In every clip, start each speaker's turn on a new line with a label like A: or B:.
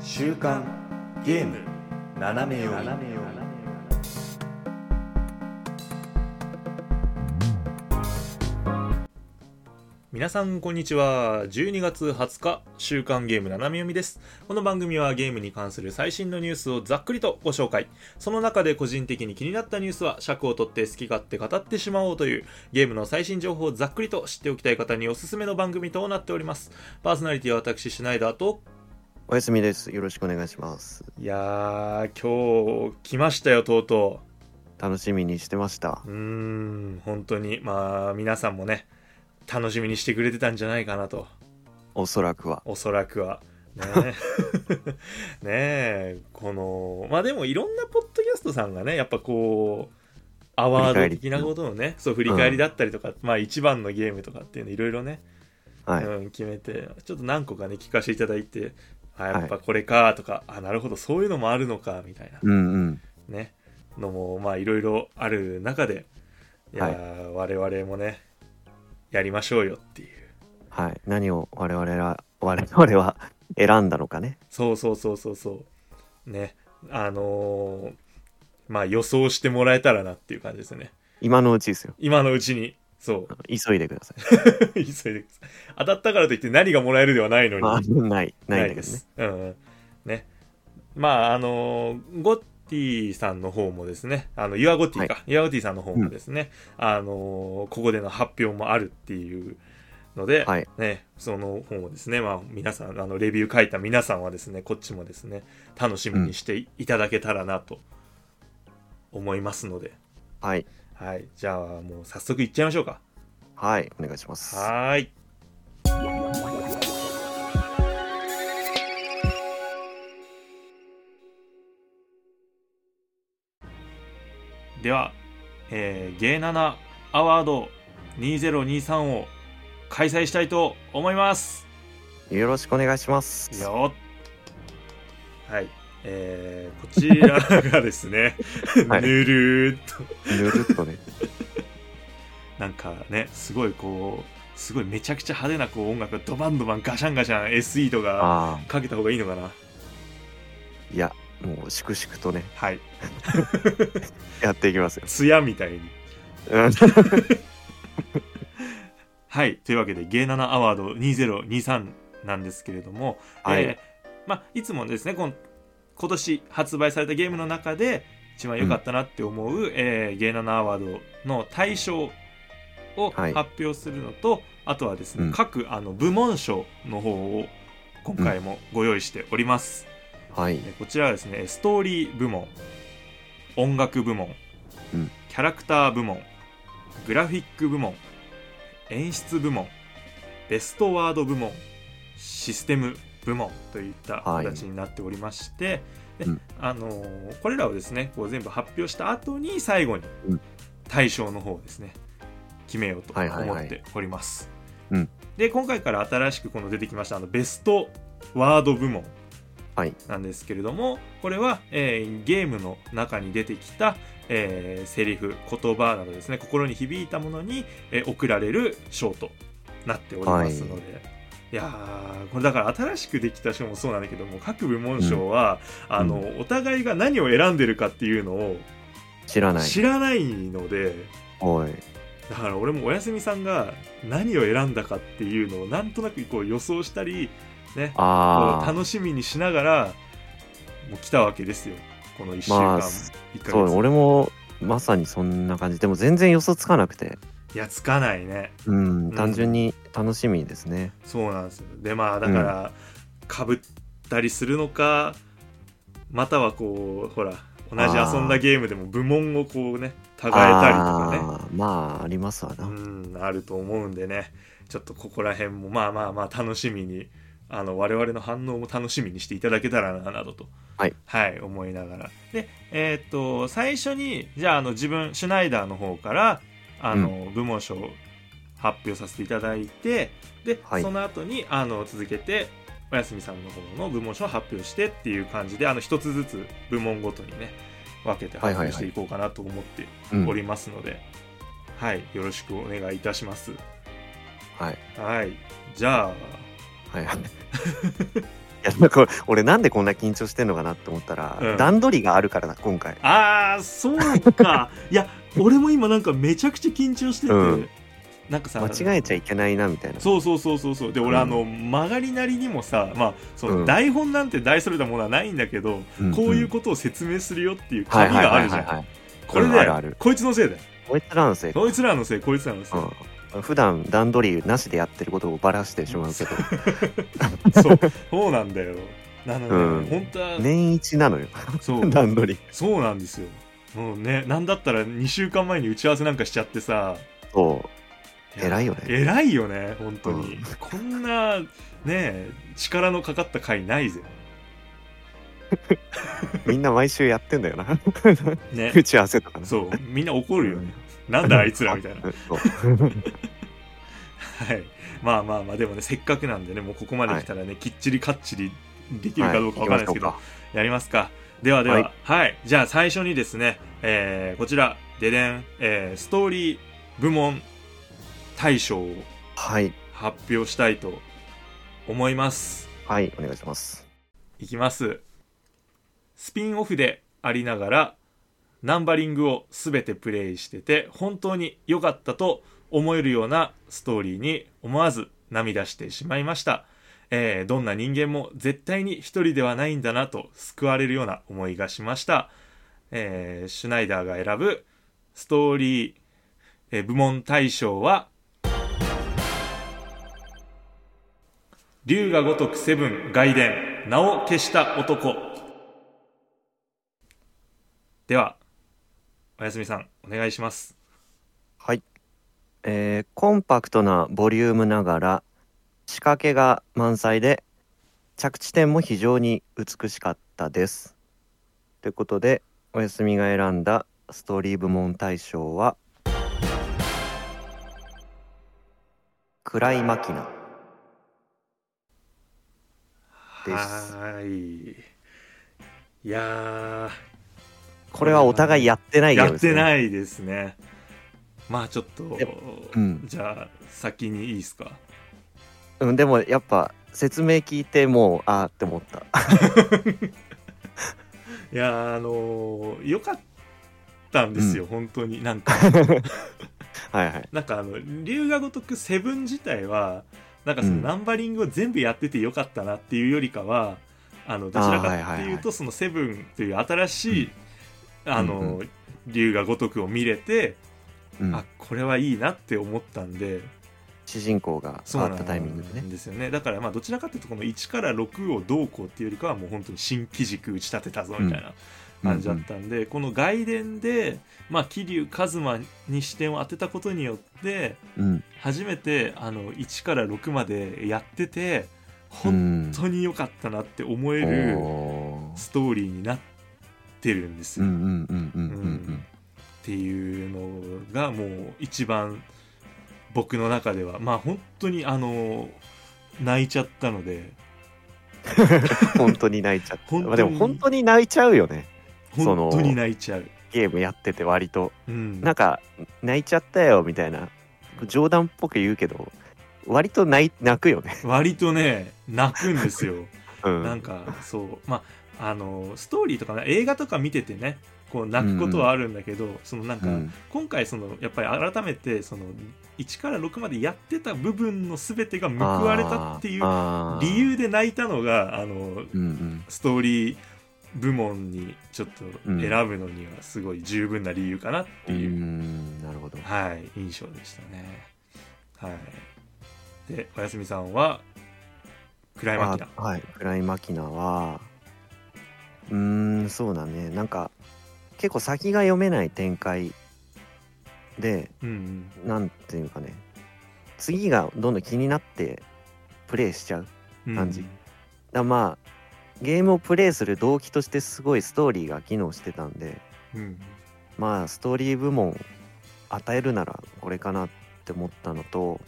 A: 週刊ゲーム斜め読み皆さんこんにちは12月20日週刊ゲーム斜め読みですこの番組はゲームに関する最新のニュースをざっくりとご紹介その中で個人的に気になったニュースは尺を取って好き勝手語ってしまおうというゲームの最新情報をざっくりと知っておきたい方におすすめの番組となっておりますパーソナリティは私シュナイダーと
B: おやすみです。よろしくお願いします。
A: いやー、今日来ましたよ、とうと
B: 楽しみにしてました
A: う。。うーん、本当に、まあ、皆さんもね、楽しみにしてくれてたんじゃないかなと、
B: おそらくは。
A: おそらくは。 ねえねえ、この、まあでも、いろんなポッドキャストさんがね、やっぱこう、アワード的なことのね、そう、振り返りだったりとか、まあ、一番のゲームとかっていうの、いろいろね、
B: はい。
A: うん、決めてちょっと何個かね聞かせていただいてあやっぱこれかとか、あなるほどそういうのもあるのかみたいな
B: うんうん。
A: ね、のもまあいろいろある中でいやー、我々もねやりましょうよっていう
B: はい。何を我々は、我々は選んだのかね。
A: そうそうそうそうそうねあのーまあ予想してもらえたらなっていう感じですね
B: 今のうちですよ。
A: 今のうちにそう
B: 急いでください。
A: 急いでください当たったからといって何がもらえるではないのに
B: まあ、 ない、ないんだけ
A: で
B: どね
A: す。。うんうん、ね。まあ、あのーゴッティさんの方もですね、あの、ユアゴッティか、ユアゴッティさんの方もですね、あのーここでの発表もあるっていうので、
B: はい
A: ね、その本をですね、まあ、皆さん、あの、レビュー書いた皆さんはですね、こっちもですね、楽しみにしていただけたらなと思いますので、
B: はい。
A: はい。じゃあ、もう早速いっちゃいましょうか。
B: はい。お願いします。
A: はーい。では、えー、ゲイナナアワード2023を開催したいと思います。
B: よろしくお願いします。
A: よっはい。えー、こちらがですね、
B: はい
A: ぬるーっと
B: ぬるっとね。
A: なんかねすごいこうすごいめちゃくちゃ派手なこう音楽がドバンドバンガシャンガシャン SE と か
B: あ
A: かけた方がいいのかな
B: あ。いや、もう、粛々とね、
A: はい
B: やっていきます よ。
A: 艶みたいに
B: うん
A: はいというわけでゲイナナアワード2023なんですけれども、
B: はい
A: えーまあ、いつもですねこの今年発売されたゲームの中で一番良かったなって思う、えーゲイナナアワードの大賞を
B: はい
A: 発表するのと、あとはですね、
B: うん
A: 各あの部門賞の方を今回もご用意しております、
B: はい。
A: えーこちらはですねストーリー部門音楽部門、
B: うん
A: キャラクター部門グラフィック部門演出部門ベストワード部門システム部門といった
B: はい
A: 形になっておりまして、で
B: うん
A: あのーこれらをですねこう全部発表した後に最後に
B: うん
A: 大賞の方をですね決めようと
B: はいはい
A: 思
B: はい
A: っております。
B: うん
A: で今回から新しくこの出てきましたあのベストワード部門
B: はい
A: なんですけれども、これは、えーゲームの中に出てきた、えーセリフ言葉などですね心に響いたものに、えー贈られる賞となっておりますので、い、やーこれだから新しくできた賞もそうなんだけども各部門賞は、あのお互いが何を選んでるかっていうのを
B: 知らない。
A: 知らないので。
B: おい。
A: だから俺もおやすみさんが何を選んだかっていうのをなんとなくこう予想したり、ね、こう
B: ああ。
A: 楽しみにしながらもう来たわけですよこの1週間、
B: まあ
A: 1ヶ月
B: そう、俺も、まさにそんな感じ。でも、全然予想つかなくて。
A: いやつかないね
B: うん
A: ん、
B: 単純に楽しみですね。
A: そうなんですよでまあだからかぶったりするのかまたはこうほら同じ遊んだゲームでも部門をこうね
B: あ
A: 互えたりとかね
B: ーまあ、ありますわな。
A: うん、あると思うんでねちょっとここら辺もまあまあまあ楽しみにあの我々の反応も楽しみにしていただけたらななどと、
B: はい
A: 思いながらでえーっと最初にじゃああの自分シュナイダーの方からあの、部門賞を発表させていただいてで、
B: はい
A: その後にあの続けておやすみさんの方の部門賞を発表してっていう感じであの一つずつ部門ごとにね分けて発表していこうかなと思って
B: うん
A: おりますので、はい、よろしくお願いいたします。
B: はい。
A: はい、じゃあ、
B: はい。やなんか俺なんでこんな緊張してんのかなって思ったら、
A: うん
B: 段取りがあるからな今回
A: ああそう かいや俺も今なんかめちゃくちゃ緊張してて、
B: うん
A: なんかさ
B: 間違えちゃいけないなみたいな
A: そうそうそうそうそうで俺、
B: うん
A: あの曲がりなりにもさまあその、
B: うん
A: 台本なんて大それたものはないんだけど、
B: ん
A: こういうことを説明するよっていう紙があるじゃ
B: はいはい
A: ん
B: はいはいはい
A: これ
B: うん
A: で、
B: あるある
A: こいつのせいだよ
B: こいつらのせいか
A: こいつらのせいこいつらのせい、
B: うん普段段取りなしでやってることをバラしてしまう けど
A: そうそうなんだよなので、
B: うん
A: 本当は、
B: 年一なのよ
A: そ う
B: 段取り
A: そうなんですよもうねなんだったら2週間前に打ち合わせなんかしちゃってさ
B: そう偉いよね
A: 偉いよね本当に、
B: う
A: こんなね力のかかった回ないぜ
B: みんな毎週やってんだよな
A: ね
B: 打ち合わせとかね
A: そうみんな怒るよね、なんだあいつらみたいな
B: うんそう
A: はい、まあまあまあでもねせっかくなんでねもうここまで来たらね、きっちりかっちりできるかどうかわかんないですけど、
B: は行きましょ
A: やりますかではではは、
B: はい
A: じゃあ最初にですね、えーこちらででん、えーストーリー部門大賞を
B: うかはい
A: 発表したいと思います
B: はいお願いします
A: いきますスピンオフでありながらナンバリングを全てプレイしてて本当に良かったと思えるようなストーリーに思わず涙してしまいました、えーどんな人間も絶対に一人ではないんだなと救われるような思いがしました、えーシュナイダーが選ぶストーリー、えー部門大賞は龍が如くセブン外伝名を消した男ではおやすみさんお願いします
B: はい、えーコンパクトなボリュームながら仕掛けが満載で着地点も非常に美しかったですということでおやすみが選んだストーリー部門大賞は「暗いマキナ」です
A: はーいいや
B: これはお互いやってな
A: ー
B: いゲ
A: や
B: ームで
A: っ
B: す、ね、
A: て
B: い
A: ないですねまあちょっと、
B: でうん
A: じゃあ先にいいですか
B: うん、でもやっぱ説明聞いてもうあーって思った
A: いやーあのー、よかったんですよ、本当になんか
B: はいはい
A: なんかあの龍が如くセブン自体はなんかその
B: うん
A: ナンバリングを全部やっててよかったなっていうよりかは、あのどちらかって
B: あーはいは
A: いう
B: いは
A: とそのセブンという新しい、あの、
B: うん
A: 龍が如くを見れて、
B: うん
A: あこれはいいなって思ったんで
B: 主人公が変
A: そう
B: わ
A: な
B: っ
A: ん
B: たタイミングでね
A: ですよねだからまあどちらかというとこの1から6をどうこうっていうよりかはもう本当に新機軸打ち立てたぞみたいな感じだったんで、この外伝で、まあ、桐生一馬に視点を当てたことによって
B: うん
A: 初めてあの1から6までやってて
B: う
A: 本
B: ん
A: 当に良かったなって思える
B: おー
A: ストーリーになってるんです
B: う
A: よ、
B: んうん
A: っ
B: うんうんうん
A: ていうのがもう一番僕の中ではまあ本当にあの泣いちゃったので
B: うん本当に泣いちゃった
A: 本当に
B: まあでも本当に泣いちゃうよねその
A: 本当に泣いちゃう、
B: ゲームやってて割と
A: うん、
B: なんか泣いちゃったよみたいな冗談っぽく言うけど割と泣い泣くよね、
A: 割とね泣くんですよ
B: うん、
A: なんかそうまああのストーリーとか、ね、映画とか見ててねこう泣くことはあるんだけど、そのなんか、
B: うん
A: 今回そのやっぱり改めてその1から6までやってた部分の全てが報われたっていう
B: あー
A: 理、由で泣いたのがあ
B: う
A: の
B: んうん、
A: ストーリー部門にちょっと選ぶのにはすごい十分な理由かなって
B: う
A: いう、
B: んなるほど
A: はい印象でしたねはいでおやすみさんは暗いマキナ
B: あはい暗いマキナはうーんそうだねなんか結構先が読めない展開で
A: うんうん
B: なんていうかね次がどんどん気になってプレイしちゃうだか
A: うん
B: 感じらまあゲームをプレイする動機としてすごいストーリーが機能してたんで
A: うん
B: まあストーリー部門与えるならこれかなって思ったのと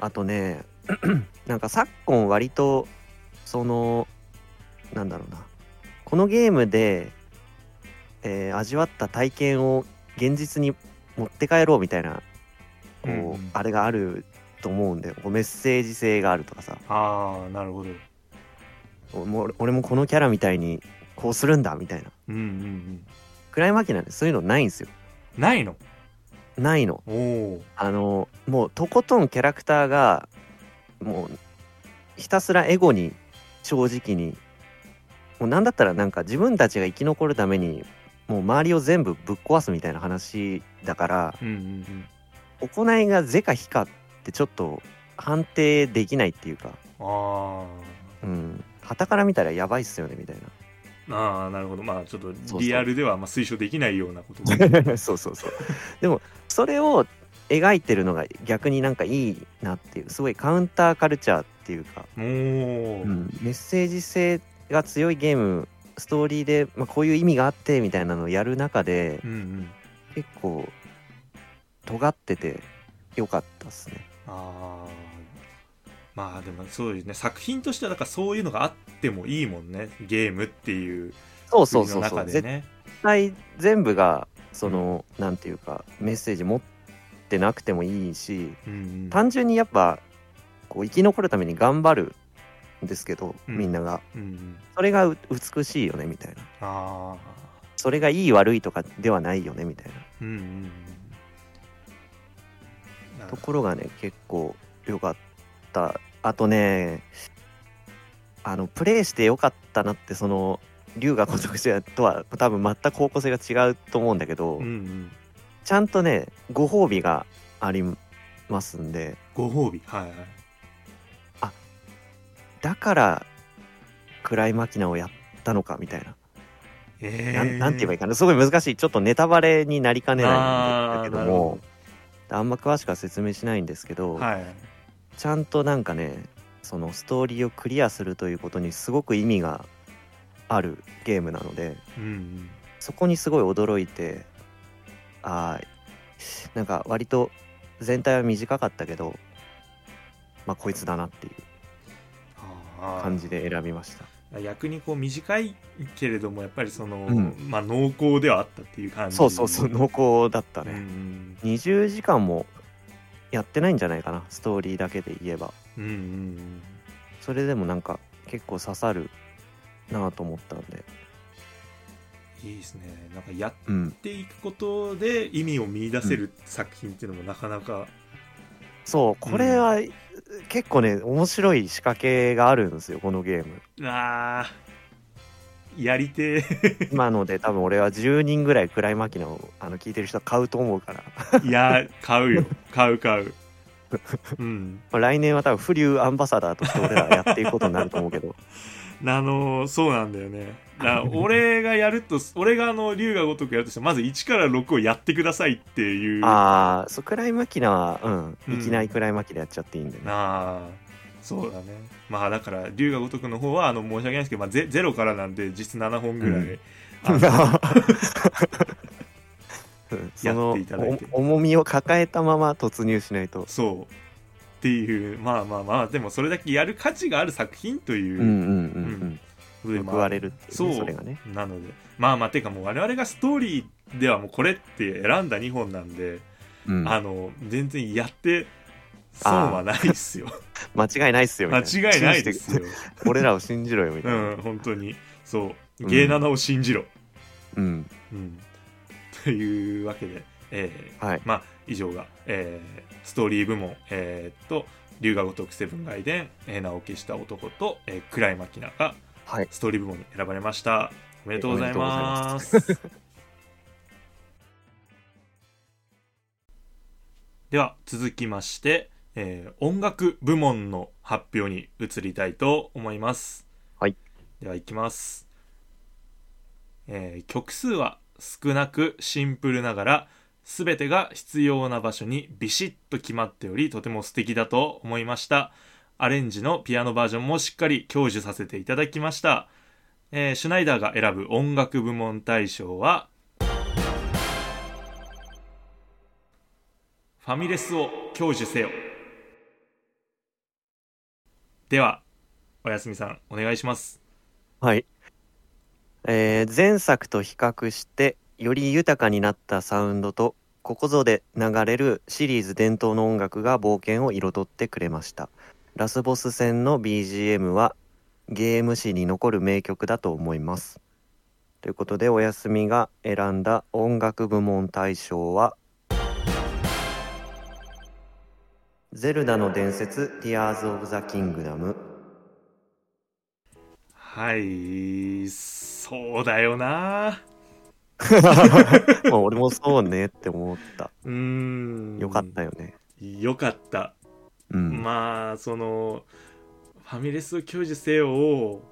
B: あとねなんか昨今割とそのなんだろうなこのゲームで、えー味わった体験を現実に持って帰ろうみたいなこう、
A: うんうん
B: あれがあると思うんでこうメッセージ性があるとかさ
A: ああなるほど
B: おもう俺もこのキャラみたいにこうするんだみたいな
A: うんうんうん
B: 暗いマキなんでそういうのないんですよ
A: ないの
B: ないの
A: おお
B: あのもうとことんキャラクターがもうひたすらエゴに正直にもう何だったらなんか自分たちが生き残るためにもう周りを全部ぶっ壊すみたいな話だから
A: うんうん
B: 行いが是か非かってちょっと判定できないっていうか
A: うんあ
B: うん傍から見たらやばいっすよねみたい
A: あああなるほどまあちょっ
B: そ
A: と
B: う
A: リアルではあんま推奨できないようなこと
B: なそうそうそうでもそれを描いてるのが逆になんかいいなっていうすごいカウンターカルチャーっていうか
A: おお、
B: うん、メッセージ性が強いゲームストーリーで、まあ、こういう意味があってみたいなのをやる中で
A: うんうん
B: 結構尖っててよかったっすね
A: ああまあでもそうですね作品としてはだからそういうのがあってもいいもんねゲームっていう
B: そうそう
A: 国
B: そ
A: の
B: うそ
A: 中
B: う、
A: で
B: 絶
A: ね
B: 対全部がその、なんていうかメッセージ持ってなくてもいいし
A: うんうん
B: 単純にやっぱこう生き残るために頑張るんですけど、
A: うん
B: みんなが
A: うんうん
B: それがう美しいよねみたいな
A: ああ
B: それがいい悪いとかではないよねみたいな
A: うんうんうんなる
B: と
A: ほ
B: ころがね結構良かったあとねあのプレイして良かったなってその龍が如くじゃとは多分全く方向性が違うと思うんだけど、
A: どうんうん
B: ちゃんとねご褒美がありますんで
A: ご褒美はいはい
B: だから暗いマキナをやったのかみたいな、
A: え
B: なんなんて言えばい
A: い
B: いかなすごい難しいちょっとネタバレになりかねないんだ
A: あ
B: け
A: ー
B: ど
A: なる
B: も
A: ほ
B: あんま詳しくは説明しないんですけど、
A: どはい
B: ちゃんとなんかねそのストーリーをクリアするということにすごく意味があるゲームなので
A: うんうん
B: そこにすごい驚いてあーなんか割と全体は短かったけどまあこいつだなっていう
A: あー
B: 感じで選びました
A: 逆にこう短いけれどもやっぱりその、
B: うん
A: まあ濃厚ではあったっていう感じ
B: そうそうそう濃厚だった
A: うんう
B: ね、
A: ん
B: 20時間もやってないんじゃないかなストーリーだけで言えば
A: うんうんうん
B: それでもなんか結構刺さるなぁと思ったんで
A: いいですねなんかやっ
B: うん
A: ていくことで意味を見出せる作品っていうのもなかなか、
B: そうこれは、結構ね面白い仕掛けがあるんですよこのゲー ム
A: あーやりてえ
B: 今ので多分俺は10人ぐらい暗いマキナをあの聞いてる人は買うと思うから、 ま
A: いや買うよ買う買ううん
B: あ、来年は多分フリューアンバサダーとして俺らやっていくことになると思うけ ど
A: あのそうなんだよねだ俺がやると俺があの龍が如くやるとしてまず1から6をやってくださいっていう
B: ああそう暗いマキナはうん
A: うん
B: いきなり暗いマキナやっちゃっていいんでね、
A: なあそうだねまあだから龍が如くの方はあの申し訳ないですけど、まあ、ゼゼロからなんで実質7本ぐらい、
B: うん
A: あの
B: うんその
A: やっていただいて
B: お重みを抱えたまま突入しないと
A: そうっていうまあまあまあでもそれだけやる価値がある作品という
B: うんうん
A: こ
B: うん
A: と
B: う
A: で
B: ん
A: まあ
B: 報われるっていう
A: そ
B: ね
A: う
B: それがね
A: なのでまあまあてかもう我々がストーリーではもうこれって選んだ2本なんで、
B: うん
A: あの全然やって損はないっ すよ
B: 間違いないっすよみ
A: 間
B: たいな
A: 違いないで
B: 信
A: すよ
B: じて俺らを信じろよみた
A: う
B: いな、
A: ん本当にそう
B: うん
A: 芸ナナを信じろ、
B: うん、
A: うん、というわけで、えー
B: はい
A: まあ以上が、えーストーリー部門、えーっと龍が如くセブン外伝、えー名を消した男と、えー、暗いマキナが
B: はい
A: ストーリー部門に選ばれましたおめでとうございます、 では続きまして、えー音楽部門の発表に移りたいと思います
B: はい
A: ではいきます、えー曲数は少なくシンプルながら全てが必要な場所にビシッと決まっておりとても素敵だと思いましたアレンジのピアノバージョンもしっかり享受させていただきました、えーシュナイダーが選ぶ音楽部門大賞はファミレスを享受せよではおやすみさんお願いします
B: はい、えー前作と比較してより豊かになったサウンドとここぞで流れるシリーズ伝統の音楽が冒険を彩ってくれましたラスボス戦の BGM はゲーム史に残る名曲だと思います。ということで、おやすみが選んだ音楽部門大賞は、ゼルダの伝説、ティアーズ・オブ・ザ・キングダム。
A: はいそうだよな
B: まあ俺もそうねって思った。
A: うーん
B: よかったよね。
A: よかった、
B: うん。
A: まあそのファミレスを享受せよを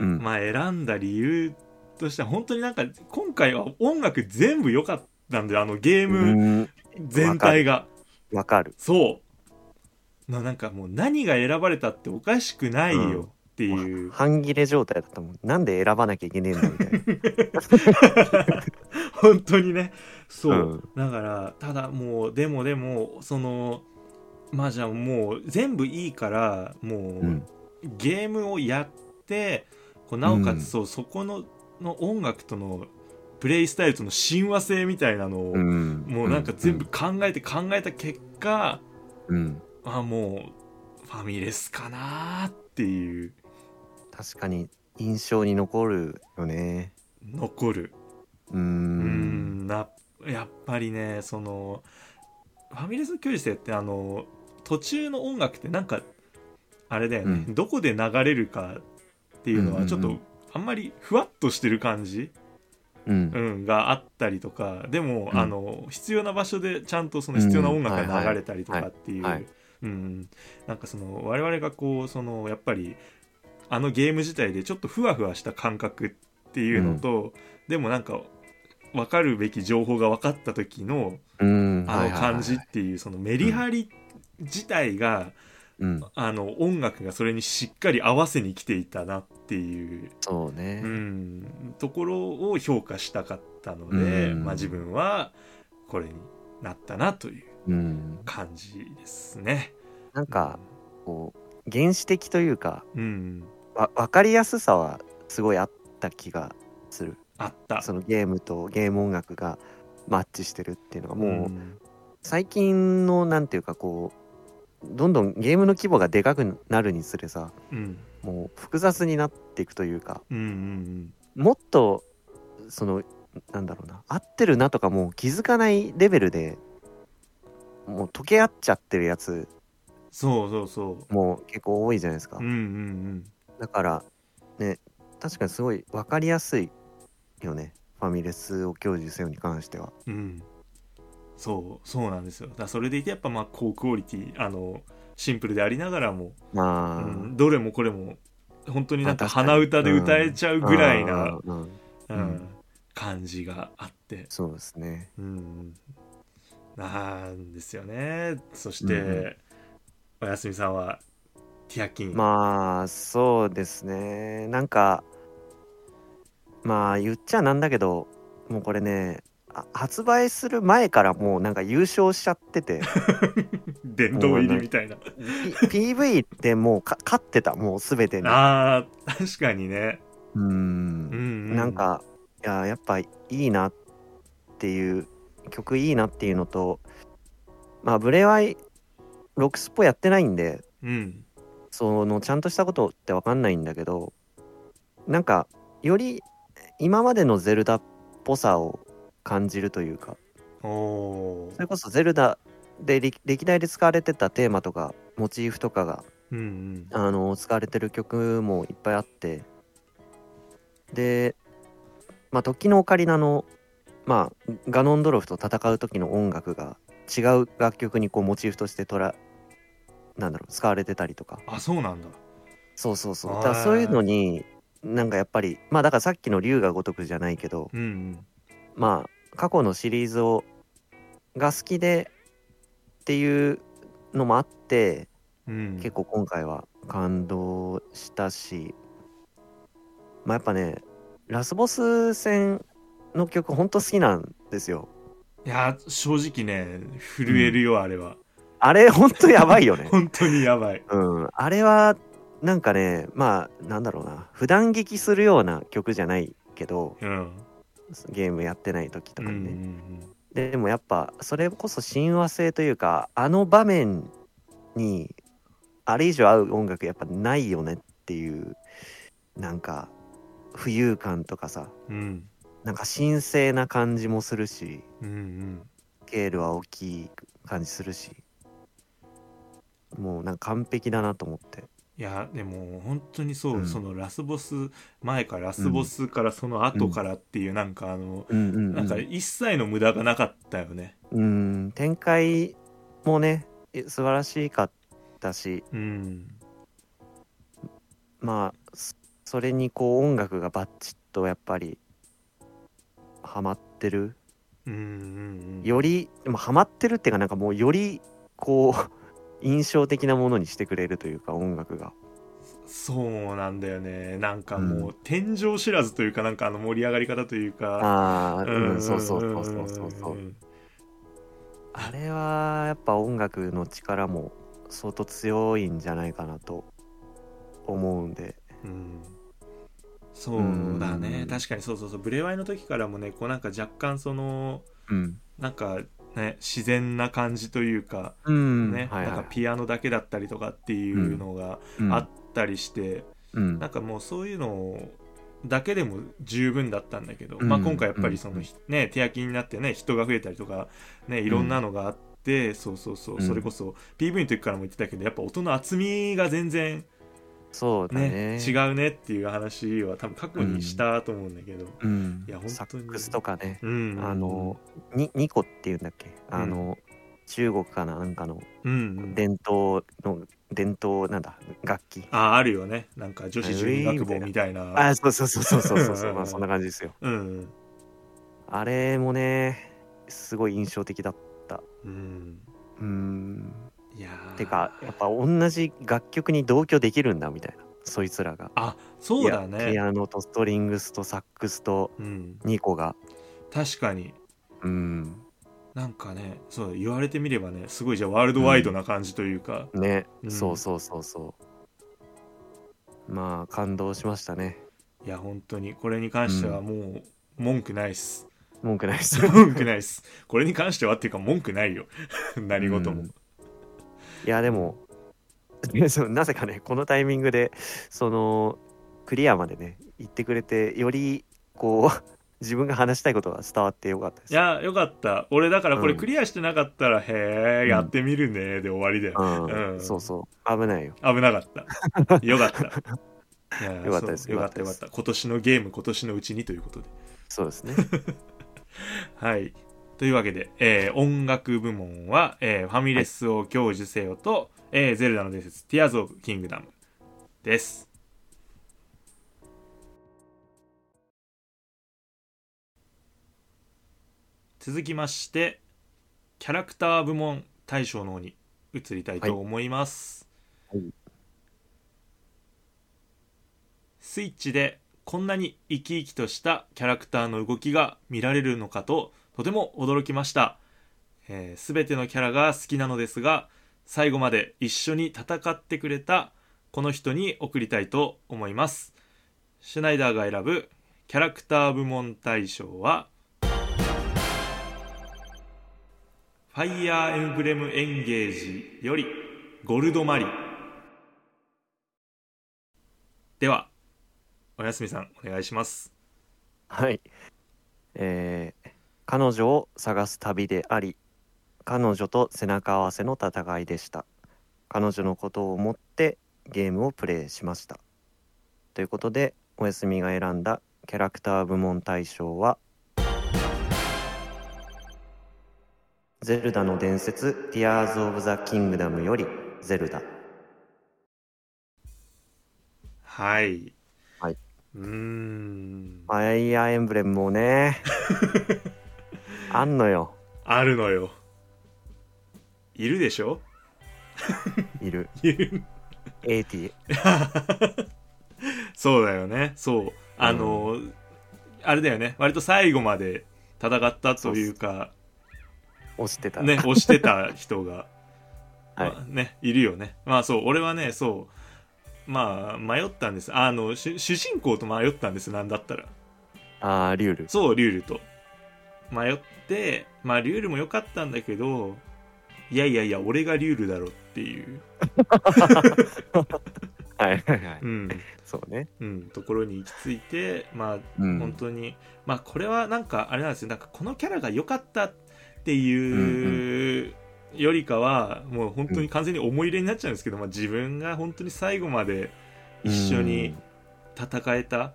B: うん。
A: まあ選んだ理由としては本当になんか今回は音楽全部良かったんであのゲー
B: う
A: ム
B: ん
A: 全体が、
B: わかる。
A: そうななんかもう何が選ばれたっておかしくないよっていう、
B: 半切れ状態だったもん。なんで選ばなきゃいけねえんだみたいな。
A: 本当にねそう、
B: うん
A: だからただもうでもでもそのまあじゃあもう全部いいからもう、
B: うん。
A: ゲームをやってこうなおか
B: うん
A: つそう、そこのの音楽とのプレイスタイルとの親和性みたいなのを、
B: ん
A: もうなんか全部。考えて考えた結果、
B: うん。
A: あもうファミレスかなーっていう
B: 確かに印象に残るよね
A: 残る
B: うー
A: うんんなやっぱりねそのファミレス教授ってあの途中の音楽ってなんかあれだよね、
B: う
A: どこで流れるかっていうの
B: うんうんう
A: は
B: ん
A: ちょっとあんまりふわっとしてる感じ、
B: うん
A: うん、があったりとかでも、
B: うん
A: あの必要な場所でちゃんとその必要な音楽
B: うんはいは
A: が
B: い
A: 流れたりとかってい
B: はいはいう
A: うんなんかその我々がこうそのやっぱりあのゲーム自体でちょっとふわふわした感覚っていうのと、でもなんか分かるべき情報が分かった時の
B: うん
A: あ
B: は
A: の
B: いはいはい
A: 感じっていうそのメリハリ自体
B: う
A: が、
B: ん
A: あの音楽がそれにしっかり合わせに来ていたなっていう
B: そうね
A: うん、ところを評価したかったので、
B: うん
A: まあ、自分はこれになったなという
B: うん、
A: 感じですね。
B: なんかこう原始的というか
A: うん、
B: わ分かりやすさはすごいあった気がする
A: あった。
B: そのゲームとゲーム音楽がマッチしてるっていうのがもう、
A: ん
B: 最近のなんていうかこうどんどんゲームの規模がでかくなるにつれさ
A: うん
B: もう複雑になっていくというか
A: うんうん
B: もっとそのなんだろうな合ってるなとかもう気づかないレベルでもう溶け合っちゃってるやつ
A: そうそうそ
B: も結構多いじゃないですか、
A: う。うんうん
B: だからね確かにすごい分かりやすいよねファミレスを享受せよに関しては
A: うんうん。そうそうなんですよ。だからそれでいてやっぱまあ高クオリティあのシンプルでありながらも、う
B: まあ、
A: ん、どれもこれも本当になんか
B: まあ確か
A: 鼻
B: に
A: 歌で歌えちゃうぐらいな、
B: うんうん
A: う
B: うん
A: ん、感じがあって
B: そうですね
A: うん、なんですよねそして、
B: うん
A: おやすみさんはティアキン、
B: まあそうですねなんかまあ言っちゃなんだけどもうこれねあ発売する前からもうなんか優勝しちゃって て
A: 殿堂入りみたいな
B: P- PV ってもうか勝ってたもう全てにう
A: あー確かにね、
B: ー
A: うんうんん、
B: なんかいややっぱいいなっていう曲いいなっていうのとまあブレワイロックスポやってないんで
A: うん
B: そのちゃんとしたことってわかんないんだけどなんかより今までのゼルダっぽさを感じるというか
A: お
B: そ
A: ー
B: れこそゼルダで歴歴代で使われてたテーマとかモチーフとかが
A: うん
B: あの使われてる曲もいっぱいあってでまあ時のオカリナのまあガノンドロフと戦う時の音楽が違う楽曲にこうモチーフとしてとらなんだろう使われてたりとか
A: うんあそうなんだ
B: そうそうそう
A: あー
B: だからそういうのになんかやっぱりまあだからさっきの龍が如くじゃないけど
A: うんうん
B: まあ過去のシリーズをが好きでっていうのもあって
A: うん、
B: 結構今回は感動したしまあやっぱねラスボス戦の曲ほんと好きなんですよ
A: いやー正直ね震えるよ、あれは
B: あれほんとやばいよ ね
A: 本当にやばい
B: うんあれはなんかねまあなんだろうな普段劇するような曲じゃないけど、
A: うん
B: ゲームやってない時と
A: うん
B: か
A: う
B: にね、
A: ん
B: でもやっぱそれこそ親和性というかあの場面にあれ以上合う音楽やっぱないよねっていうなんか浮遊感とかさ
A: うん
B: なんか神聖な感じもするし
A: うんうん
B: スケールは大きい感じするしもうなんか完璧だなと思って
A: いやでも本当にそう、
B: うん
A: そのラスボス前からラスボスからその後からっていうなんかあの、
B: うんうん、うん、
A: なんか一切の無駄がなかったよね
B: うん展開もねえ素晴らしかったし
A: うん
B: まあそそれにこう音楽がバッチッとやっぱりハマってる
A: うんうんうん
B: よりでもハマってるっていうかなんかもうよりこう 印象的なものにしてくれるというか音楽が
A: そうなんだよねなんかもう、天井知らずというかなんかあの盛り上がり方というか
B: ああー
A: ん
B: うん
A: ん
B: そうそうそうそうそうそうあれはやっぱ音楽の力も相当強いんじゃないかなと思うんで
A: うんそうだ
B: う
A: ね
B: ん
A: 確かにそうそうそうブレワイの時からもねこうなんか若干その
B: うん、
A: なんかね自然な感じというか
B: うん
A: ね、
B: はいはい
A: なんかピアノだけだったりとかっていうのがあったりして、
B: うん
A: なんかもうそういうのだけでも十分だったんだけど、
B: うん
A: まあ、今回やっぱりその、
B: うん
A: ね手焼きになってね人が増えたりとかねいろんなのがあって、そうそうそう、
B: うん
A: それこそ PV の時からも言ってたけどやっぱ音の厚みが全然
B: そうだね
A: ね違うねっていう話は多分過去にしたと思うんだけど、
B: うん
A: いや本当に
B: サックスとかね、
A: うん
B: あのにニコっていうんだっけあの、中国かななんかの
A: うんうん
B: 伝統の、伝統なんだ楽器
A: ああるよねなんか女子十二学坊みたいな
B: あそうそうそうそうそうそうそうう、
A: ん
B: ま あ、そんな感じですよ
A: うん
B: あれもねすごい印象的だ
A: うん
B: うん
A: いやー
B: てかやっぱ同じ楽曲に同居できるんだみたいなそいつらが
A: あそうだ
B: いや
A: ね
B: ピアノとストリングスとサックスと
A: うん
B: ニコが
A: 確かに
B: うん
A: なんかねそう言われてみればねすごいじゃあワールドワイドな感じというか、
B: ね、
A: うん
B: そうそうそうそうまあ感動しましたね
A: いや本当にこれに関しては
B: う
A: もう文句ないっす
B: 文句ないです
A: 文句ないっすこれに関してはっていうか文句ないよ 何事も、
B: うんいやでも そうなぜかねこのタイミングでそのクリアまでね行ってくれてよりこう 自分が話したいことが伝わってよかったです
A: いやよかった俺だからこれ
B: うん
A: クリアしてなかったら、へ
B: う
A: え
B: ん
A: やってみるねで終わりだよ、
B: うん
A: うん
B: そうそう危ないよ
A: 危なかった よかったいや
B: よかったです
A: そうよかったよ
B: よか
A: か
B: っ
A: っ
B: たた
A: 今年のゲーム今年のうちにということで
B: そうですね
A: はい。というわけで、えー音楽部門は、えーファミレスを享受せよと、えーゼルダの伝説、ティアーズ・オブ・キングダムです。続きまして、キャラクター部門大賞の方に移りたいと思います。
B: はいはい
A: スイッチでこんなに生き生きとしたキャラクターの動きが見られるのかととても驚きました、えー、全てのキャラが好きなのですが最後まで一緒に戦ってくれたこの人に送りたいと思いますシュナイダーが選ぶキャラクター部門大賞はファイヤーエンブレムエンゲージよりゴルドマリではおやすみさんお願いします
B: はいえー彼女を探す旅であり彼女と背中合わせの戦いでした彼女のことを思ってゲームをプレイしましたということでおやすみが選んだキャラクター部門大賞は「ゼルダの伝説ティアーズ・オブ・ザ・キングダム」より「ゼルダ
A: はい、
B: はいう
A: ーん」
B: ファイアーエンブレムもね あんのよ
A: あるのよいるでしょ
B: いる
A: いる
B: AT
A: そうだよねそうあの、あれだよね割と最後まで戦ったというか
B: 押してた
A: ね押してた人が、
B: はい
A: まあねいるよねまあそう俺はねそうまあ迷ったんですあの主主人公と迷ったんですなんだったら
B: ああ、リュール。
A: そう、リュールと。迷って、まあ、リュールも良かったんだけど、いやいやいや、俺がリュールだろっていう。
B: はいはいはい
A: うん
B: そうね。
A: うん、ところに行き着いてまあ
B: う
A: 本当に、まあこれはなんかあれなんですよなんかこのキャラが良かったっていうよりかはもう本当に完全に思い入れになっちゃうんですけど、まあ、自分が本当に最後まで一緒に戦えた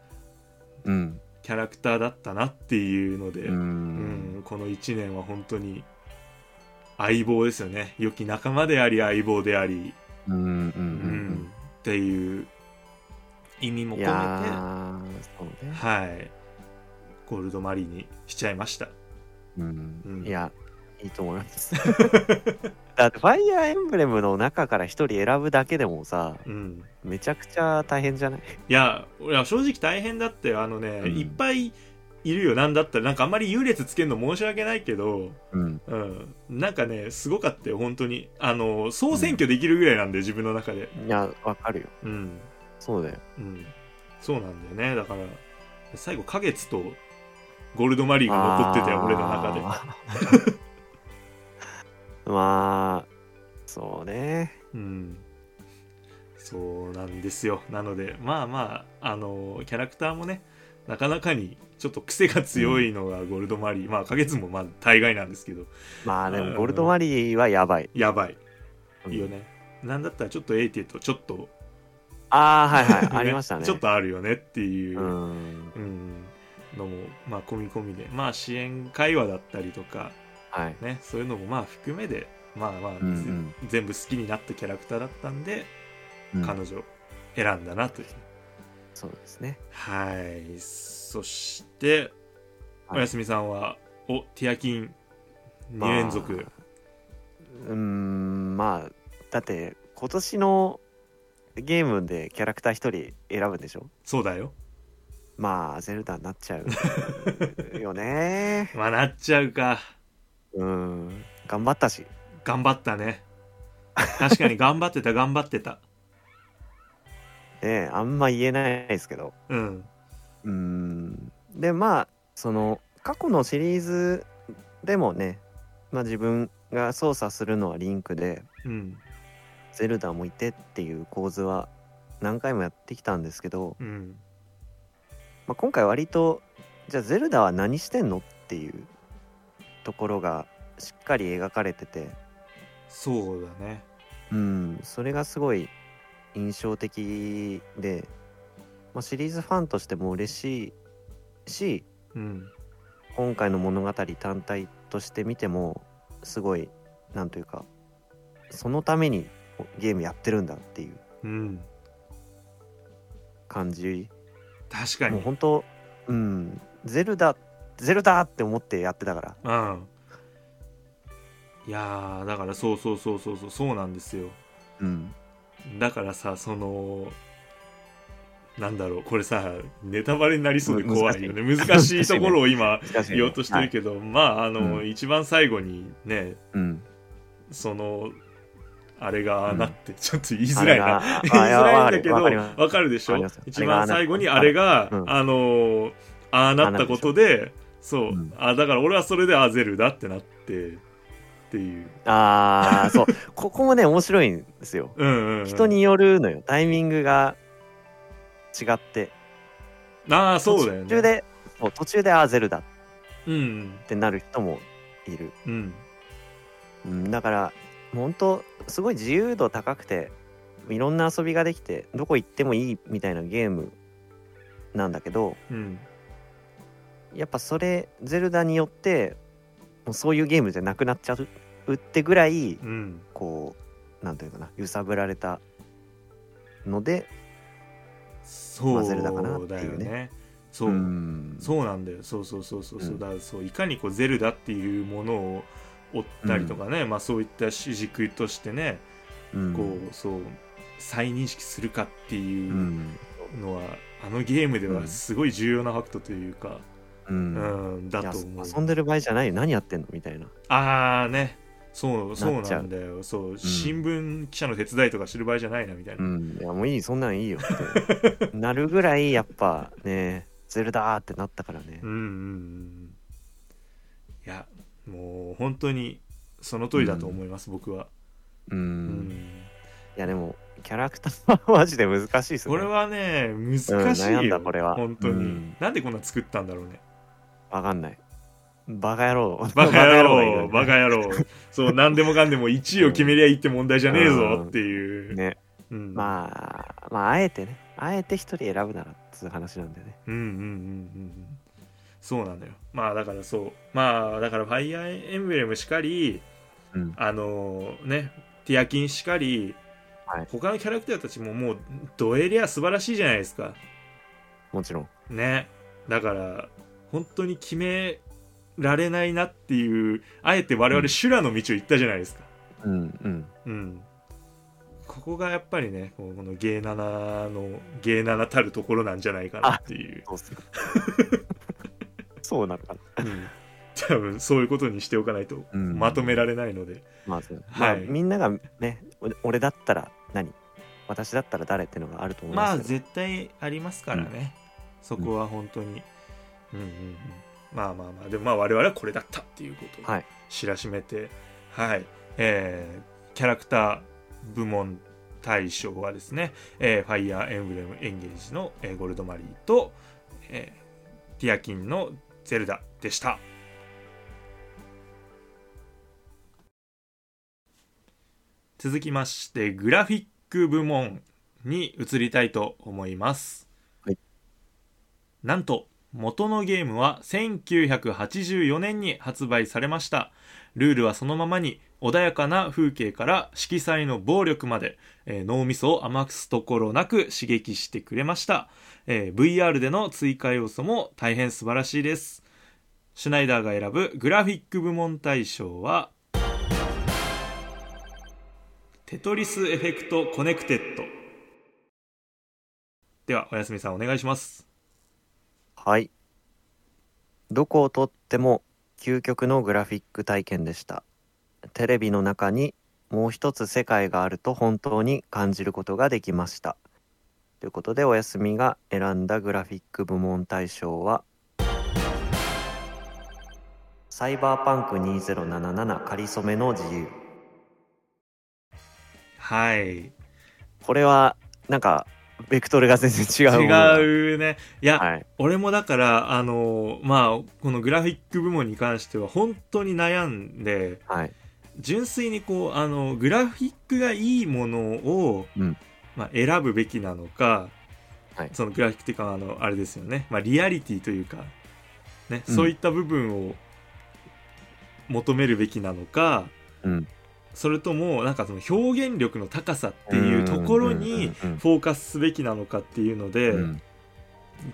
B: うん。
A: キャラクターだったなっていうので、
B: う
A: うん
B: ん。
A: この1年は本当に相棒ですよね良き仲間であり相棒であり、
B: うん。うん。うんう
A: うん
B: ん。
A: っていう意味も
B: い
A: 込め
B: や
A: て
B: ー、そうね。
A: はいゴールドマリーにしちゃいました。
B: うん
A: うん
B: いや、いいと思い ます。だって、ファイアーエンブレムの中から一人選ぶだけでもさ、
A: うん
B: めちゃくちゃ大変じゃない
A: いや、いや正直大変だって、あのね、
B: うん
A: いっぱいいるよ、なんだったら、なんかあんまり優劣つけるの申し訳ないけど、
B: うん。
A: うん、なんかね、すごかったよ、本当に。あの、総選挙できるぐらいなんで、自分の中で。
B: いや、わかるよ。
A: うん、
B: そうだよ。
A: うん。そうなんだよね、だから、最後、花月とゴールドマリーが残ってたよ、俺の中で。
B: 中で。 まあ、そうね。
A: うん。そうなんですよ。なので、まあまあ、あのキャラクターもね、なかなかにちょっと癖が強いのがゴールドマリー。まあ、花月もまあ大概なんですけど、
B: まあで
A: うん
B: も、ゴルドマリーはやばい。
A: やばい。
B: うん
A: いいよね。なんだったらちょっとエイティとちょっと、
B: ああ、はいはい、
A: ね
B: ありましたね。
A: ちょっとあるよねっていう、
B: う
A: うん、
B: ん。
A: のも、まあ、込み込みで、まあ、支援会話だったりとか、
B: はい。
A: ね、そういうのもまあ含めで、まあまあ、
B: うんうん
A: ぜ全部好きになったキャラクターだったんで、
B: うん
A: 彼女選んだなという。
B: そうですね。
A: はい。そして、
B: はい
A: おやすみさんは、お、ティアキン2連続。
B: まあうーん、まあ、だって、今年のゲームでキャラクター一人選ぶんでしょ
A: そうだよ。
B: まあ、ゼルダになっちゃうよ ね。
A: まあ、なっちゃうか。
B: うん。頑張ったし。
A: 頑張ったね。確かに頑張ってた、頑張ってた。
B: ね、あんま言えないですけど。
A: うん。
B: うーん。で、まあ、その、過去のシリーズでもね、まあ自分が操作するのはリンクで、
A: うん。
B: ゼルダもいてっていう構図は何回もやってきたんですけど、
A: うん。
B: まあ、今回割とじゃあゼルダは何してんのっていうところがしっかり描かれてて
A: そうだね。
B: うんそれがすごい印象的で、まあ、シリーズファンとしても嬉しいし
A: うん。
B: 今回の物語単体として見てもすごいなんというかそのためにゲームやってるんだっていう
A: うん。
B: 感じ
A: 確か
B: もう
A: に。
B: 本当うんゼルダゼルダって思ってやってたから
A: うん。いやー、だからそうそうそうそうそう、そうなんですよ。
B: うん
A: だからさそのなんだろうこれさネタバレになりそうで怖いよね難し
B: 難しい
A: いと ころを今
B: 難しいね
A: 言おうとしてるけど、まああの、
B: う
A: 一番最後にね
B: うん
A: そのあれが
B: うん
A: なって、ちょっと言いづらいな
B: あれ
A: 言い
B: があいや
A: づらいんだけど
B: わか
A: わか
B: ります
A: るでし
B: わかり
A: ょ
B: ます
A: 一番最後にあ
B: あ
A: れ
B: れ
A: が、
B: うん
A: あのああなったことでそう、
B: うん
A: あだから俺はそれであゼルだってなってっていう、
B: ああ、そう。 ここもね、面白いんですよ。
A: うんうんうん
B: 人によるのよ。タイミングが違って。
A: ああそうだよね
B: 途中で、そう途中でアーゼルだっ
A: うん
B: てなる人もいる。
A: うん
B: うん、だから、本当すごい自由度高くて、いろんな遊びができて、どこ行ってもいいみたいなゲームなんだけど、
A: うん
B: やっぱそれ、ゼルダによって、もうそういうゲームじゃなくなっちゃうってぐらい、
A: うん
B: こう、なんていうのかな、揺さぶられたので、
A: そう
B: ゼルダかなって
A: だ
B: い
A: よ
B: うね
A: ね。そう、
B: ん
A: そうなんだよ。そうそうそうそうそう。
B: うん
A: だからそういかにこうゼルダっていうものを追ったりとかね、まあそういった主軸としてね、
B: うん
A: こうそう再認識するかっていううんのは、あのゲームではすごい重要なファクトというか、
B: う
A: うんん、
B: い
A: だ
B: や
A: と思う。
B: 遊んでる場合じゃないよ何やってんのみたいな
A: ああね。そうそう
B: なっち
A: な
B: ゃうん
A: だよそう、新聞記者の手伝いとか知る場合じゃないなみたいな、
B: んいやもういいそんなんいいよってなるぐらいやっぱねゼルダーってなったからね
A: うんうんうんいやもう本当にその通りだと思います、僕は、
B: うん
A: うん
B: いやでもキャラクターはマジで難しいですね。
A: これはね難しい
B: うん、悩
A: よ、
B: んだこれは。
A: 本当に、
B: うん
A: なんでこんな作ったんだろうね
B: わかんない。バカ野郎。
A: バカ野郎
B: バ
A: バ
B: カ
A: カ野郎そう何でもかんでも1位を決めりゃいいって問題じゃねえぞってい
B: 野郎。
A: う、
B: ね。
A: うん
B: まあ、まあ、あえてね。あえて一人選ぶならっつう話なんでね。
A: うんうんうんうんうんそうなのよまあだからそうまあだからファイアーエンブレムしかり
B: うん。
A: あのねティアキンしかり、
B: はい
A: 他のキャラクターたちももうドエリア素晴らしいじゃないですか
B: もちろん。
A: ねだから本当に決められないなっていうあえて我
B: う
A: 々
B: ん
A: 修羅の道を行ったじゃないですか
B: うんうん。
A: うん、ここがやっぱりねこうこのゲーナナのゲーナナたるところなんじゃないかなっていう
B: そうっすよ そうなのかな。
A: うん多分そういうことにしておかないと
B: うん
A: まとめられないので、
B: まあ、そう
A: はい
B: まあみんながね、お俺だったら何私だったら誰ってのがあると思い
A: ま
B: ま
A: あ
B: すけど。
A: 絶対ありますからね、そこは本当に、うん、うんうんまあまあまあでもまあ我々はこれだったっていうことを
B: はい。
A: 知らしめてはい、えーキャラクター部門大賞はですね、えーファイアーエンブレムエンゲージの、えーゴールドマリーと、えーティアキンのゼルダでした続きましてグラフィック部門に移りたいと思います、
B: はい
A: なんと元のゲームは1984年に発売されましたルールはそのままに穏やかな風景から色彩の暴力まで、えー脳みそを余すところなく刺激してくれました、えー VR での追加要素も大変素晴らしいですシュナイダーが選ぶグラフィック部門大賞はテトリスエフェクトコネクテッドではおやすみさんお願いします
B: はい。どこをとっても究極のグラフィック体験でした。テレビの中にもう一つ世界があると本当に感じることができました。ということで、おやすみが選んだグラフィック部門大賞は、サイバーパンク2077かりそめの自由。
A: はい
B: これは、なんか、ベクトルが全然違うものが。う。
A: 違うねいや、
B: はい。
A: 俺もだからあのまあこのグラフィック部門に関しては本当に悩んで
B: はい。
A: 純粋にこうあのグラフィックがいいものを、
B: うん
A: まあ、選ぶべきなのか、
B: はい
A: そのグラフィックっていうかあのあれですよね、まあ、リアリティというか、ね
B: うん
A: そういった部分を求めるべきなのか
B: うん。
A: それともなんかその表現力の高さっていうところに
B: うん、うん
A: フォーカスすべきなのかっていうので、
B: うんうん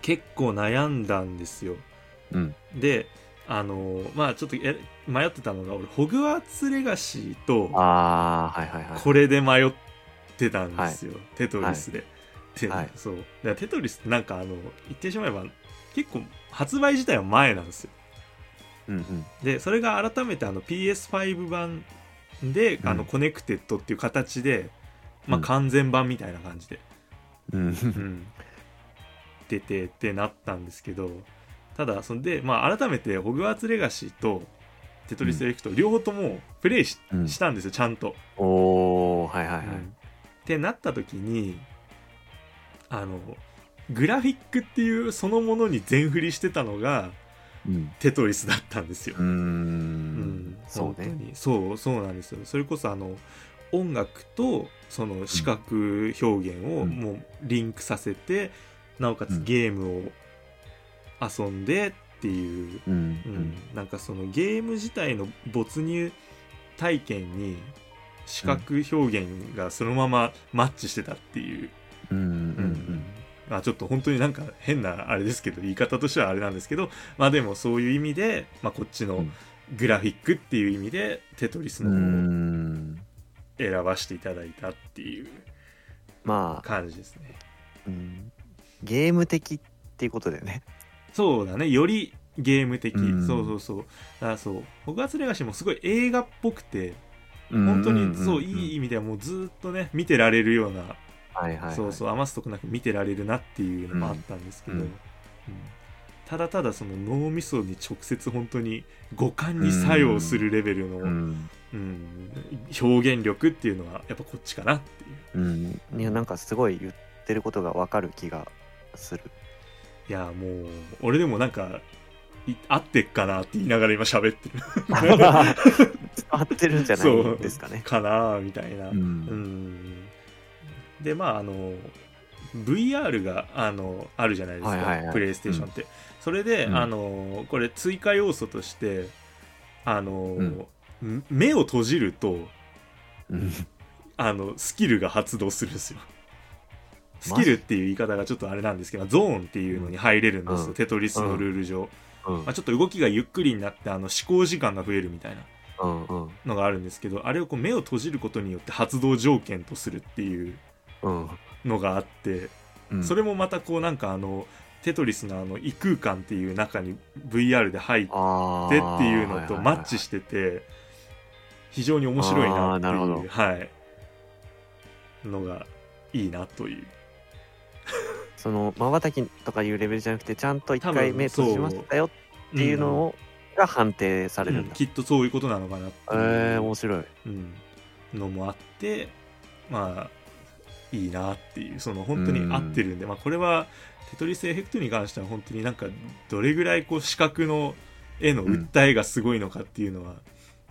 A: 結構悩んだんですよ。
B: うん。
A: であのまあちょっとえ迷ってたのが俺ホグワーツレガシーと
B: ああ、はいはいはい。
A: これで迷ってたんですよ、テトリスで。で
B: はい
A: そうだからテトリスってなんかあの言ってしまえば結構発売自体は前なんですよ。
B: うんうん。
A: でそれが改めてあの PS5 版で、あの
B: うん
A: コネクテッドっていう形で、まあ、
B: うん
A: 完全版みたいな感じで
B: うん
A: うん、出てってなったんですけどただそんで、まあ、改めて「ホグワーツ・レガシー」と「テトリス・エフェクト」両方ともプレイし,、
B: うん
A: たんですよちゃんと。
B: おおはいはいはい、
A: うんってなった時にあのグラフィックっていうそのものに全振りしてたのが
B: うん
A: テトリスだったんですよ。
B: うーん
A: 本
B: そう
A: 当
B: ね
A: にそうそうなんですよそれこそあの音楽とその視覚表現を
B: うん
A: もうリンクさせて、なおか
B: う
A: つ
B: ん
A: ゲームを遊んでっていう、
B: うん
A: う
B: うんん
A: なんかそのゲーム自体の没入体験に視覚表現がそのままマッチしてたっていう、
B: うんうん
A: まあ、ちょっと本当になんか変なあれですけど言い方としてはあれなんですけどまあでもそういう意味で、まあ、こっち
B: う
A: の
B: ん
A: グラフィックっていう意味でテトリス
B: う
A: の
B: んう
A: 方を
B: ん
A: 選ばせていただいたっていう
B: まあ、
A: 感じですね
B: うん、ゲーム的っていうことだよね
A: そうだねよりゲーム的、
B: うん
A: そうそうそうだからそう「ホグワーツ・レガシー」もすごい映画っぽくて本当にそういい
B: い
A: 意味ではもうずっとね見てられるような
B: はいはいはい
A: そうそう余すとこなく見てられるなっていうのもあったんですけど、
B: うん
A: うんたただただその脳みそに直接本当に五感に作用するレベルの、う
B: うんん
A: 表現力っていうのはやっぱこっちかなっていう
B: うん、いやなんかすごい言ってることがわかる気がす る
A: いやもう俺でもなんかい合ってっかなって言いながら今喋ってる
B: 伝わってるんじゃないですかね
A: かなみたいな、う
B: うん
A: んでまああの VR があのあるじゃないですか、
B: はいはいはい
A: プレイステーションって、それで、
B: うん
A: あのこれ追加要素としてあの、
B: ん
A: ん目を閉じると
B: うん
A: あのスキルが発動するんですよスキルっていう言い方がちょっとあれなんですけどゾーンっていうのに入れるんですよ、
B: うん
A: テトリスのルール上、
B: うん
A: まあ、ちょっと動きがゆっくりになってあの思考時間が増えるみたいな
B: うんうん
A: のがあるんですけどあれをこう目を閉じることによって発動条件とするっていう
B: うん
A: のがあって
B: うん
A: それもまたこうなんかあのテトリスのあの異空間っていう中に VR で入っ
B: あ
A: てっていうのとマッチ
B: し
A: してて非常に面白いなって
B: あーなるほ
A: いう
B: ど
A: はいのがいいなという
B: そのまばたきとかいうレベルじゃなくてちゃんと一
A: 多分
B: 回目閉じましたよっていうのを、が判定され
A: うん
B: る
A: うんん
B: だ、
A: きっとそういうことなのかなって
B: え
A: い
B: ー、
A: う
B: 面白い
A: うんのもあってまあいいなっていうその本当に合ってるんで、まあ、これはテトリスエフェクトに関しては本当になんかどれぐらいこう視覚の絵の訴えがすごいのかっていうのは、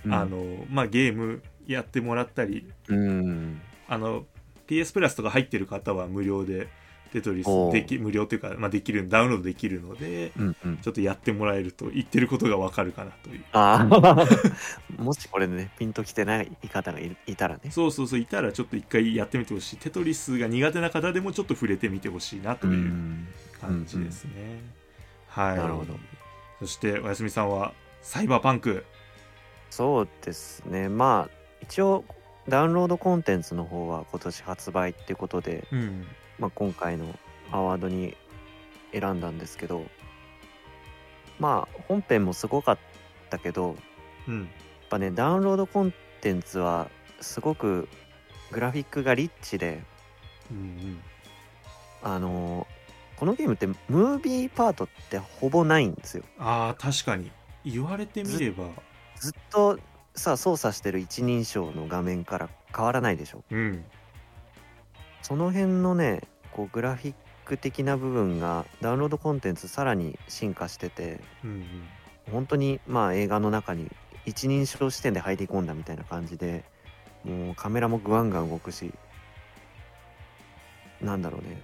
A: あのまあ、ゲームやってもらったり
B: うん
A: あの PS プラスとか入ってる方は無料でテトリス
B: おう
A: でき無料というか、まあ、できるダウンロードできるので
B: うんうん
A: ちょっとやってもらえると言ってることがわかるかなという
B: あ あもしこれねピンときてない方がいいたらね
A: そうそうそういたらちょっと一回やってみてほしいテトリスが苦手な方でもちょっと触れてみてほしいなと
B: う
A: いうん感じですね、はい
B: なるほど
A: そしておやすみさんはサイバーパンク
B: そうですねまあ一応ダウンロードコンテンツの方は今年発売ってことで、
A: うん
B: まあ、今回のアワードに選んだんですけどまあ本編もすごかったけどやっ
A: うん
B: ぱねダウンロードコンテンツはすごくグラフィックがリッチで
A: うん
B: あのーこのゲームってムービーパートってほぼないんですよ
A: あー確かに言われてみれば
B: ずっとさ操作してる一人称の画面から変わらないでしょ
A: うん
B: その辺のねこうグラフィック的な部分がダウンロードコンテンツさらに進化してて
A: うん
B: 本当にまあ映画の中に一人称視点で入り込んだみたいな感じでもうカメラもグワンガン動くしなんだろうね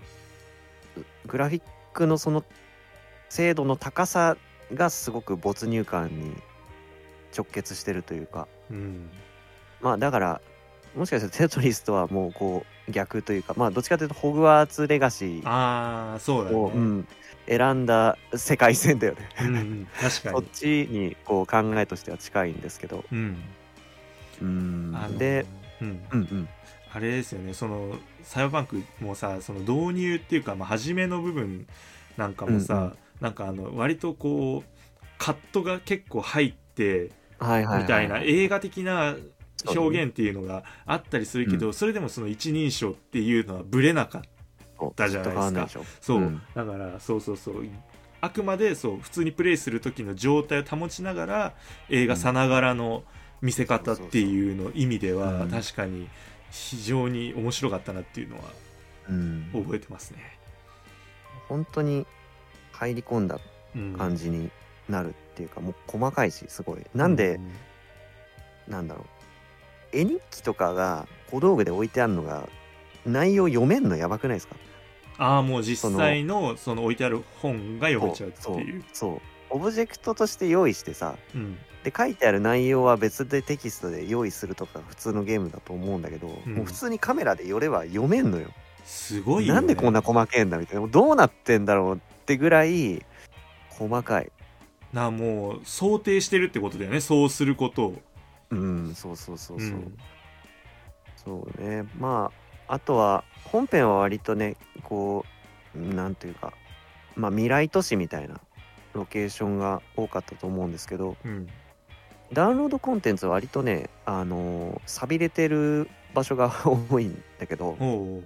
B: うグラフィックのその精度の高さがすごく没入感に直結してるというか
A: うんうん
B: まあだからもしかしたらテトリスとはもうこう逆というかまあどっちかというとホグワーツレガシー
A: ああそうだ
B: を、
A: ね、
B: う、ん、選んだ世界線だよね。
A: うんうん確か
B: そっ
A: に
B: ちにこう考えとしては近いんですけど。
A: うんあの
B: で、
A: うん
B: うんうん、
A: あれですよねそのサイバーパンクもさその導入っていうか、まあ、初めの部分なんかもさ、
B: うんうん
A: なんかあの割とこうカットが結構入って
B: はいはい、はい。
A: みたいな映画的な表現っていうのがあったりするけど、
B: う
A: それでもその一人称っていうのはブレなかっ
B: だ
A: たじゃないですか
B: でしょ
A: そう、
B: うん
A: だからそうそうそうあくまでそう普通にプレイする時の状態を保ちながら映画さながらの見せ方っていうの意味では、
B: うん
A: 確かに非常に面白かったなっていうのは
B: うん、
A: 覚えてますね。
B: 本当に入り込んだ
A: うん
B: 感じになるっていうか、もう細かいしすごいなんで、
A: うん
B: なんだろう絵日記とかが小道具で置いてあるのが内容読めんのやばくないですか
A: ああもう実際のその置いてある本が読めちゃうっていう
B: そうそうオブジェクトとして用意してさ
A: うん
B: で書いてある内容は別でテキストで用意するとかが普通のゲームだと思うんだけど、
A: うん
B: もう普通にカメラで寄れば読めんのよ
A: すごいよ、
B: な
A: ね、
B: んでこんな細けえんだみたいなもうどうなってんだろうってぐらい細かい
A: なもう想定してるってことだよねそうすることを
B: うんそうそうそうそう、
A: ん
B: そうねまああとは本編は割とねこうなんというかまあ未来都市みたいなロケーションが多かったと思うんですけど
A: うん
B: ダウンロードコンテンツは割とねあのー寂れてる場所が多いんだけど
A: おうおう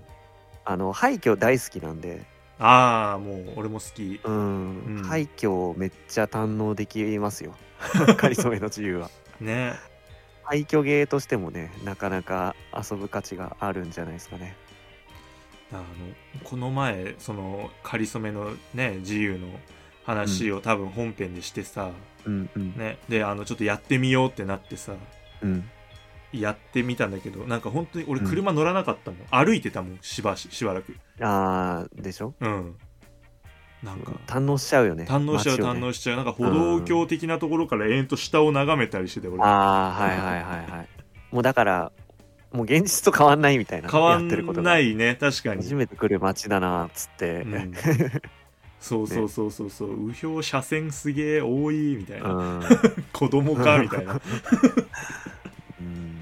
B: あの廃墟大好きなんで
A: ああもう俺も好き
B: うん、
A: うん
B: 廃墟をめっちゃ堪能できます よかりそめの自由は
A: ね
B: 廃墟芸としてもねなかなか遊ぶ価値があるんじゃないですかね
A: あのこの前そのかりそめのね自由の話を多分本編でしてさ、
B: うんうん
A: ねであのちょっとやってみようってなってさ
B: うん
A: やってみたんだけどなんか本当に俺
B: うん
A: 車乗らなかったもん、歩いてたもんしばししばらく
B: あーでしょ
A: うんなんか
B: 堪能しちゃうよね
A: 堪能しちゃう、
B: 街を
A: 堪
B: ね
A: 能しちゃうなんか歩道橋的なところから延々と下を眺めたりしてて俺
B: ああはいはいはいはいもうだからもう現実と変わんないみたいな
A: 変わ
B: やってること
A: ん
B: が
A: ないね確かに
B: 初めて来る街だなっつって、
A: うんそうそうそうそうそう、右表車線すげえ多いみたいな、
B: うん
A: 子供かみ たいな
B: うん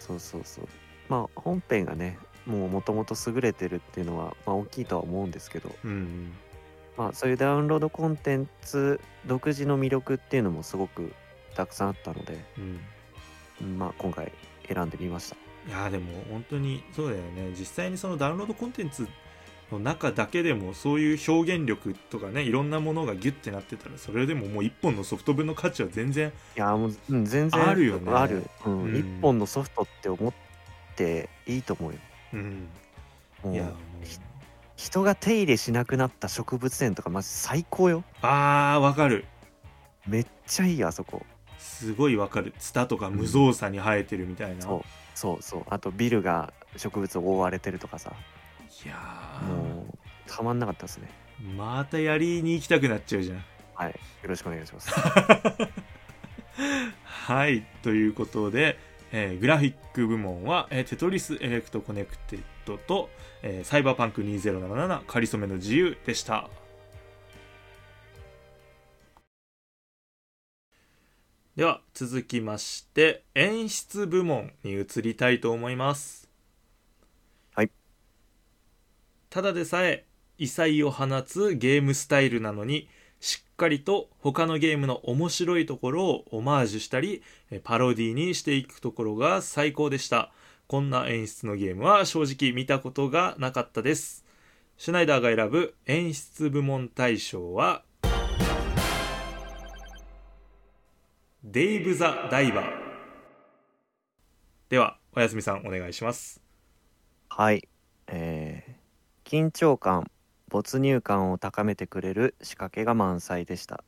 B: そうそうそうまあ本編がねもうもともと優れてるっていうのは、まあ、大きいとは思うんですけど、
A: うん
B: まあ、そういうダウンロードコンテンツ独自の魅力っていうのもすごくたくさんあったので、
A: うん
B: うんまあ、今回選んでみました
A: いやーでも本当にそうだよね実際にそのダウンロードコンテンツの中だけでもそういう表現力とかねいろんなものがギュッてなってたらそれでももう1本のソフト分の価値は全然
B: いやもう、うん、全然
A: あるよね
B: ある、うん
A: うん
B: 一本のソフトって思っていいと思うよ
A: うんい
B: も
A: や
B: う人が手入れしなくなった植物園とかマジ最高よ
A: あーわかる
B: めっちゃいいよあそこ
A: すごいわかるツタとか無造作に生えてるみたいな、
B: そうそうそうあとビルが植物を覆われてるとかさ
A: いや
B: もうたまんなかったですね
A: ーまたやりに行きたくなっちゃうじゃん
B: はいよろしくお願いします
A: はい、ということで、えーグラフィック部門は、えーテトリスエレクトコネクテッドと、えーサイバーパンク2077かりそめの自由でした。では続きまして演出部門に移りたいと思います。
B: はい。
A: ただでさえ異彩を放つゲームスタイルなのにしっかりと他のゲームの面白いところをオマージュしたりえパロディにしていくところが最高でしたこんな演出のゲームは正直見たことがなかったですシュナイダーが選ぶ演出部門大賞はデイブ・ザ・ダイバーではおやすみさんお願いします
B: はいえー緊張感没入感を高めてくれる仕掛けが満載でした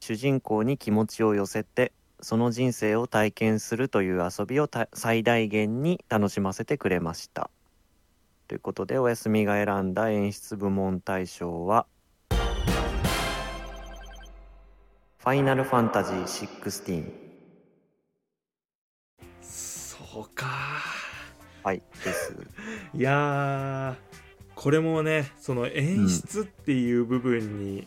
B: 主人公に気持ちを寄せてその人生を体験するという遊びをた最大限に楽しませてくれましたということでおやすみが選んだ演出部門大賞は「ファイナルファンタジー16」
A: そうか
B: はいです
A: いやーこれもねその演出っていう部分に、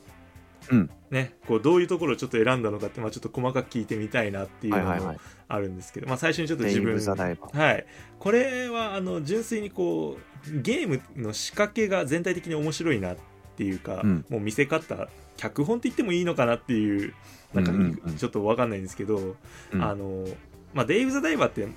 B: うん
A: ね、こうどういうところをちょっと選んだのかって、まあ、ちょっと細かく聞いてみたいなっていう
B: はい
A: の
B: はいは
A: も
B: い
A: あるんですけど、まあ、最初にちょっと
B: デ
A: 自
B: イ
A: 分
B: ブ・ザ・ダイバー
A: はい、これはあの純粋にこうゲームの仕掛けが全体的に面白いなっていうか、
B: うん
A: もう見せ方脚本って言ってもいいのかなっていうなんか
B: うんうんうん
A: ちょっと分かんないんですけど、
B: うん
A: あのまあ、デイブ・ザ・ダイバーって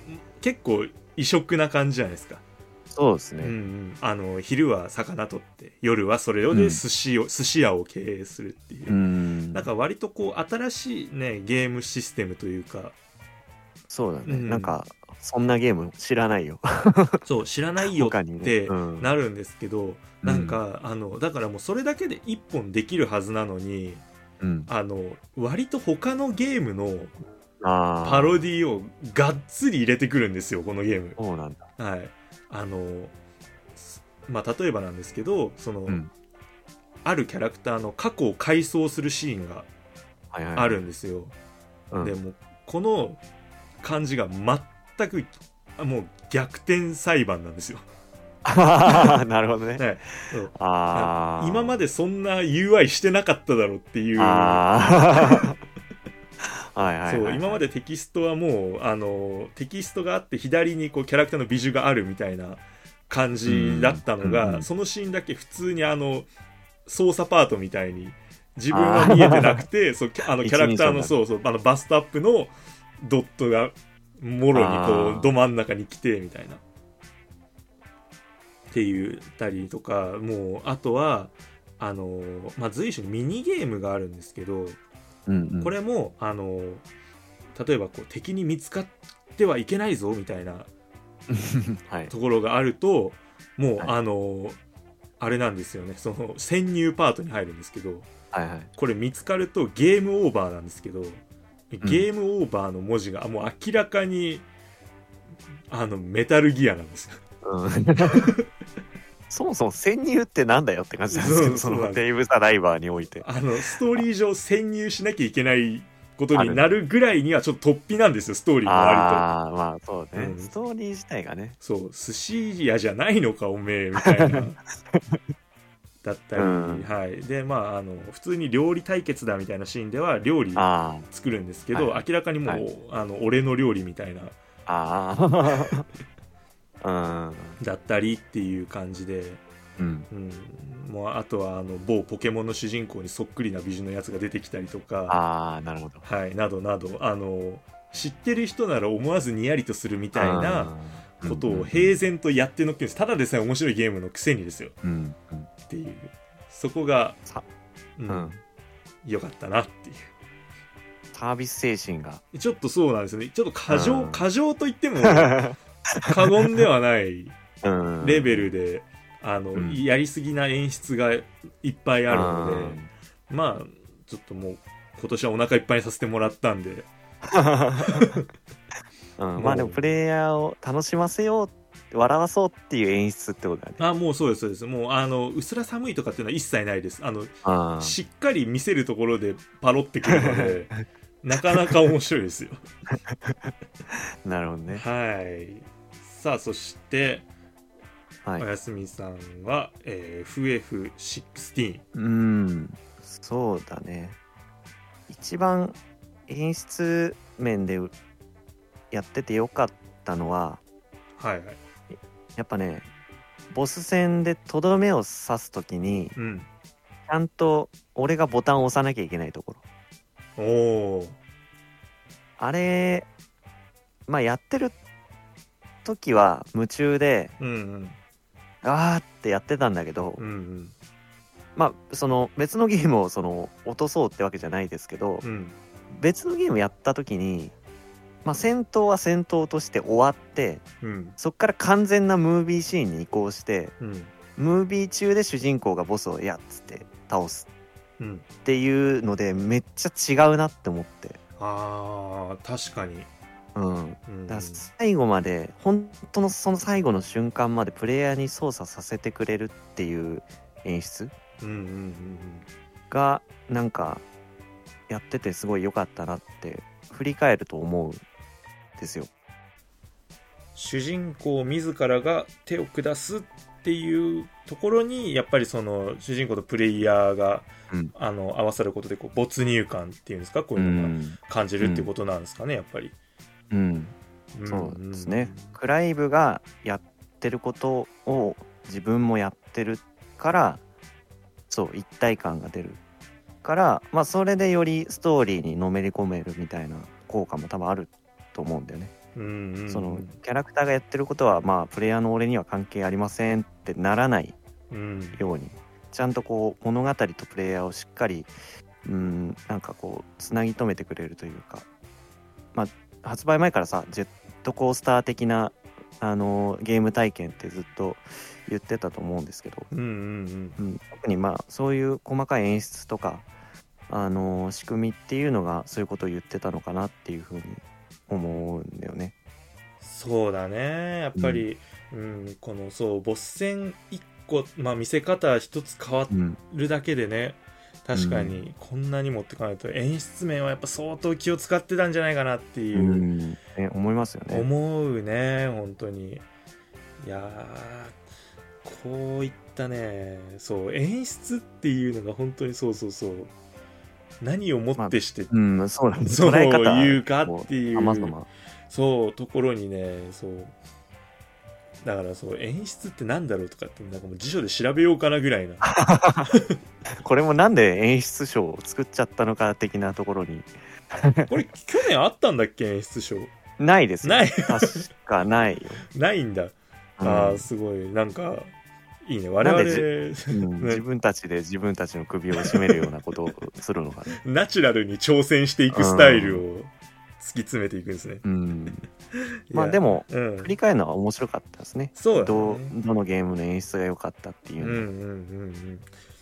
A: 結構異色な感じじゃないですか。
B: そうです
A: うんう
B: ね
A: ん、あの昼は魚取って夜はそれをで
B: うん
A: 寿司を、寿司屋を経営するっていう、
B: うん
A: なんか割とこう新しいねゲームシステムという か
B: そうだね、
A: うん
B: なんかそんなゲーム知らないよ
A: そう知らないよ
B: 他に
A: っ
B: ね
A: て
B: うん
A: なるんですけど、なんかあのだからもうそれだけで1本できるはずなのに
B: うん、
A: あの割と他のゲームの
B: あー
A: パロディをがっつり入れてくるんですよこのゲーム。
B: そうなんだ
A: はい、あのすまあ例えばなんですけどその、
B: うん
A: あるキャラクターの過去を回想するシーンが
B: はいはい
A: あるんですよ、
B: うん
A: でもこの感じが全くあもう逆転裁判なんですよ
B: なるほどね、
A: はいそう
B: ああ
A: 今ま
B: で
A: でそんな UI してなかっただろうっていう
B: ああ はいはい、はい、
A: そう今までテキストはもうあのテキストがあって左にこうキャラクターのビジュがあるみたいな感じだったの
B: うん
A: が、
B: うん
A: そのシーンだけ普通にあの操作パートみたいに自分は見えてなくてそうキャあのキャラクターの
B: 一人称
A: そうそうあのバストアップのドットがもろに
B: あ
A: こ
B: ー
A: うど真ん中に来てみたいな。っていうたりとかもうあとはあの、まあ、随所にミニゲームがあるんですけど
B: うんうん、
A: これもあの例えばこう敵に見つかってはいけないぞみたいな
B: はい
A: ところがあるともう、
B: はい
A: あのあれなんですよねその潜入パートに入るんですけど
B: はいはい
A: これ見つかるとゲームオーバーなんですけどゲームオーバーの文字がもう明らかにあのメタルギアなんですよ
B: うん そもそも潜入ってなんだよって感じなんですけ
A: そう
B: どそ
A: そうなん
B: の
A: です
B: デイブ・ザ・ダイバーにおいて
A: あのストーリー上潜入しなきゃいけないことになるぐらいにはちょっと突飛なんですよストーリーも割と
B: ああーまあそうね、
A: うん
B: ストーリー自体がね
A: そう寿司屋じゃないのかおめえみた いなだったり、
B: うん
A: はいでまああの普通に料理対決だみたいなシーンでは料理
B: あ
A: 作るんですけど、
B: はい
A: 明らかにもう、
B: はい
A: あの俺の料理みたいな
B: ああ あ
A: だったりっていう感じで、
B: うんうん
A: うん、もうあとはあの某ポケモンの主人公にそっくりな美人のやつが出てきたりとか、
B: ああなるほど
A: はい、などなどあの知ってる人なら思わずにやりとするみたいな
B: あー
A: こと
B: うんうんう
A: を
B: ん
A: 平然とやってのっけるんですただでさえ面白いゲームのくせにですよ
B: うんうん
A: っていうそこが
B: さ、
A: う
B: うんん、
A: 良かったなっていう。
B: サービス精神 が
A: ちょっとそうなんですよね。ちょっと過剰、
B: うん
A: 過剰と言っても過言ではない
B: うん
A: レベルで、あの、
B: うん
A: やりすぎな演出がいっぱいあるので、まあ、ちょっともう、今年はお腹いっぱいにさせてもらったんで、
B: あ ーうんまあでもプレイヤーを楽しませよう笑わそうっていう演出ってことだね
A: あ、もうそうです、そうです。もう、あの、うすら寒いとかっていうのは一切ないです。あの、
B: あー
A: しっかり見せるところでパロってくるの で、なかなか面白いですよ。
B: なるほどね
A: はい。さあ、そして、
B: はい
A: おやすみさんは、えー FF16。
B: うんそうだね一番演出面でやっててよかったのは
A: はいはい。
B: やっぱねボス戦でとどめを刺す時に
A: うん。
B: ちゃんと俺がボタンを押さなきゃいけないところ
A: おおー。
B: あれまあやってる時は夢中で
A: うんうん。
B: あーってやってたんだけど、
A: うんうん。
B: まあその別のゲームをその落とそうってわけじゃないですけど、
A: うん。
B: 別のゲームやった時に、まあ、戦闘は戦闘として終わって
A: うん。
B: そこから完全なムービーシーンに移行して
A: うん。
B: ムービー中で主人公がボスを「やっ」つって倒す
A: うん。
B: っていうのでめっちゃ違うなって思って、
A: あー、確かに。
B: うん、
A: うん
B: だから最後まで本当のその最後の瞬間までプレイヤーに操作させてくれるっていう演出
A: うんうん
B: がなんかやっててすごい良かったなって振り返ると思うんですよ。
A: 主人公自らが手を下すっていうところにやっぱりその主人公とプレイヤーが、
B: うん
A: あの合わさることでこう没入感っていうんですかこういうのが感じるっていうことなんですかね、やっぱり、
B: うん
A: ん
B: そうですね、クライブがやってることを自分もやってるからそう一体感が出るからまあそれでよりストーリーにのめり込めるみたいな効果も多分あると思うんだよね、
A: うんうんうん
B: そのキャラクターがやってることはまあプレイヤーの俺には関係ありませんってならない
A: うん
B: ようにちゃんとこう物語とプレイヤーをしっかりうんなんかこうつなぎ止めてくれるというかまあ発売前からさジェットコースター的なあのーゲーム体験ってずっと言ってたと思うんですけど、
A: うんうん
B: うん、特にまあそういう細かい演出とかあのー仕組みっていうのがそういうことを言ってたのかなっていうふうに思うんだよね。
A: そうだねやっぱり、うんこのそうボス戦一個、まあ、見せ方一つ変わ
B: うん、
A: るだけでね確かにこんなに持ってかないと演出面はやっぱ相当気を使ってたんじゃないかなっていうう、
B: んね思いますよね。
A: 思うね本当にいやーこういったねそう演出っていうのが本当にそうそうそう何をもってして、
B: うん、そうなんです。
A: そう
B: 捉え方
A: いうかっていう
B: 様々
A: そうところにねそうだからそう演出ってなんだろうとかってなんかもう辞書で調べようかなぐ らいな
B: これもなんで演出賞を作っちゃったのか的なところに
A: これ去年あったんだっけ演出賞
B: ないですよ
A: ない
B: 確かないよ、
A: ないんだ
B: うん
A: あーすごいなんかいいね我
B: なん
A: 々
B: うん自分たちで自分たちの首を絞めるようなことをするのが ね。
A: ナチュラルに挑戦していくスタイルを突き詰めていくんですね
B: うん、まあで
A: も、
B: も
A: うん
B: 振り返るのは面白かったですね。
A: そうだ
B: ど
A: ね
B: うどのゲームの演出が良かったっていうう、
A: んうんうんうん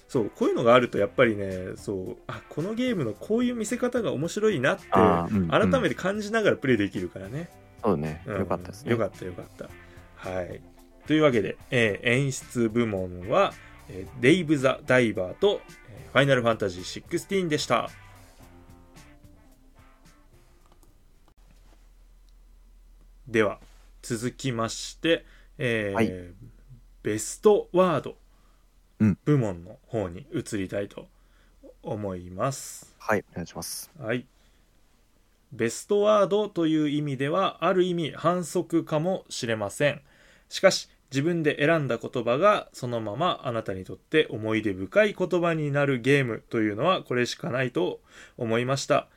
A: そうこういうのがあるとやっぱりねそうあこのゲームのこういう見せ方が面白いなって
B: あーうん
A: 改
B: うん
A: めて感じながらプレイできるからね、
B: そうね、
A: うん
B: 良かったですね。
A: よかったよかったはいというわけで、えー演出部門は、えーデイブ・ザ・ダイバーと、えーファイナルファンタジー16でしたでは続きまして、えー
B: はい
A: ベストワード
B: うん
A: 部門の方に移りたいと思います、
B: はい、お願いします。
A: はい。ベストワードという意味ではある意味反則かもしれません。しかし自分で選んだ言葉がそのままあなたにとって思い出深い言葉になるゲームというのはこれしかないと思いました。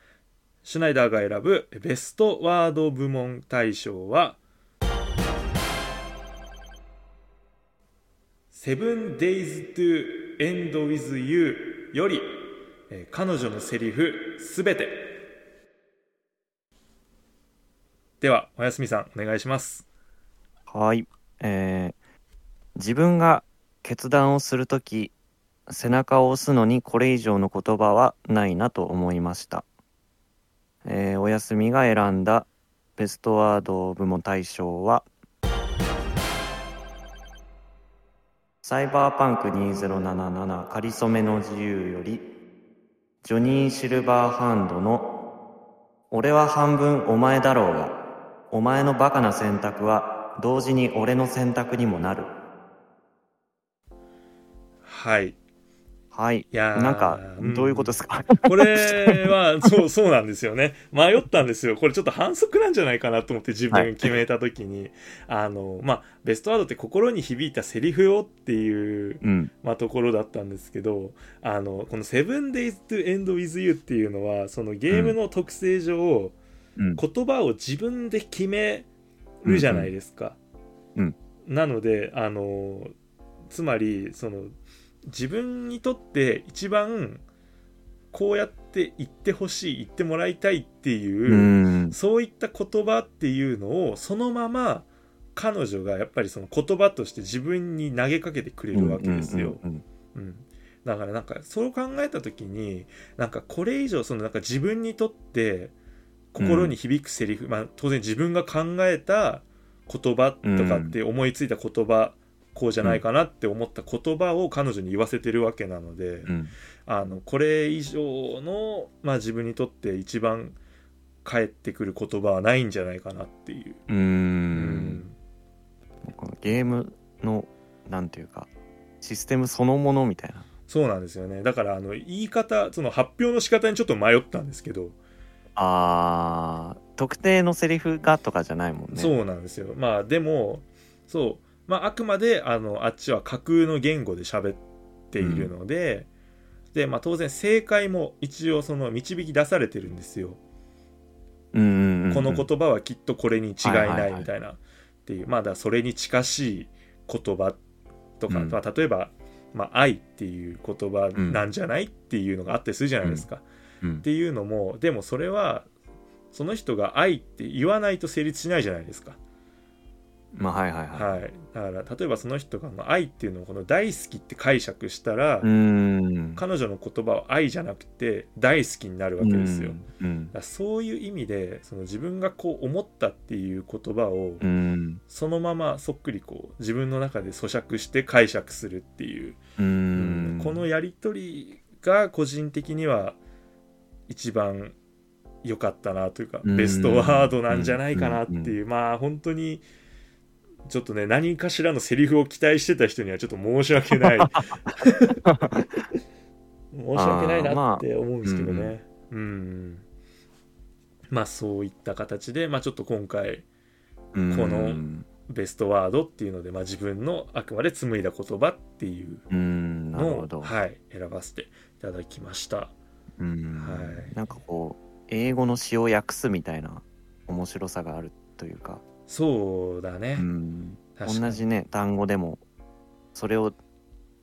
A: シュナイダーが選ぶベストワード部門大賞はセブンデイズトゥエンドウィズユーよりえー彼女のセリフすべてではおやすみさんお願いします
B: はい、えー自分が決断をするとき背中を押すのにこれ以上の言葉はないなと思いました、えーおやすみが選んだベストワード部門大賞はサイバーパンク2077かりそめの自由よりジョニー・シルバーハンドの俺は半分お前だろうがお前のバカな選択は同時に俺の選択にもなる。
A: はい
B: はい。
A: いやー
B: なんか
A: うん、
B: どういうことですか、
A: これはそうそうなんですよね迷ったんですよこれちょっと反則なんじゃないかなと思って自分決めた時に、あのまあベストワードって心に響いたセリフをっていう
B: うん。
A: まあ、ところだったんですけどあのこの「7 days to end with you」っていうのはそのゲームの特性上、
B: うん
A: 言葉を自分で決めるじゃないですか。
B: うん
A: なのであのつまりその自分にとって一番こうやって言ってほしい言ってもらいたいって
B: う
A: いう、
B: ん。
A: そういった言葉っていうのをそのまま彼女がやっぱりその言葉として自分に投げかけてくれるわけですよ。
B: うん。うん
A: うん、だからなんかそう考えた時になんかこれ以上そのなんか自分にとって心に響くセリフ、まあ、当然自分が考えた言葉とかって思いついた言葉、こうじゃないかなって思った言葉を彼女に言わせてるわけなので、
B: うん
A: あのこれ以上の、まあ、自分にとって一番返ってくる言葉はないんじゃないかなっていう。
B: うんうん。このゲームの、なんていうか、システムそのものみたいな。
A: そうなんですよねだからあの言い方その発表の仕方にちょっと迷ったんですけど、
B: あー、特定のセリフがとかじゃないもんね。
A: そうなんですよまあでもそうまああくまであのあっちは架空の言語で喋っているので、でまあ当然正解も一応その導き出されてるんですよ、
B: うんうんうん。
A: この言葉はきっとこれに違い
B: はい
A: な
B: はいいはい
A: みたいなっていうまあだからそれに近しい言葉とか、
B: うん
A: まあ、例えば、まあ、愛っていう言葉なんじゃない、っていうのがあったりするじゃないですか、
B: うん
A: っ。ていうのもでもそれはその人が愛って言わないと成立しないじゃないですか
B: まあ、はいはいはい。
A: はい、だから例えばその人がまあ愛っていうのをこの「大好き」って解釈したら、
B: うん。
A: 彼女の言葉は愛じゃなくて大好きになるわけですよ。だ
B: うん。
A: からそういう意味でその自分がこう思ったっていう言葉を
B: うん。
A: そのままそっくりこう自分の中で咀嚼して解釈するっていう、
B: う
A: うん
B: ん。
A: このやり取りが個人的には一番良かったなというか、
B: うん
A: ベストワードなんじゃないかなっていう、まあ本当にちょっとね何かしらのセリフを期待してた人にはちょっと申し訳ない申し
B: あ
A: 訳ない
B: ーま
A: な
B: あ
A: って思うんですけどね、うんまあそういった形で、まあ、ちょっと今回
B: うん、
A: このベストワードっていうので、まあ、自分のあくまで紡いだ言葉っていう
B: うん、なる
A: の
B: ほ
A: を、
B: ど。
A: はい、選ばせていただきました。
B: うん
A: はい
B: なんかこう英語の詩を訳すみたいな面白さがあるというか、
A: そうだね、
B: うん
A: 確かに
B: 同じね単語でもそれを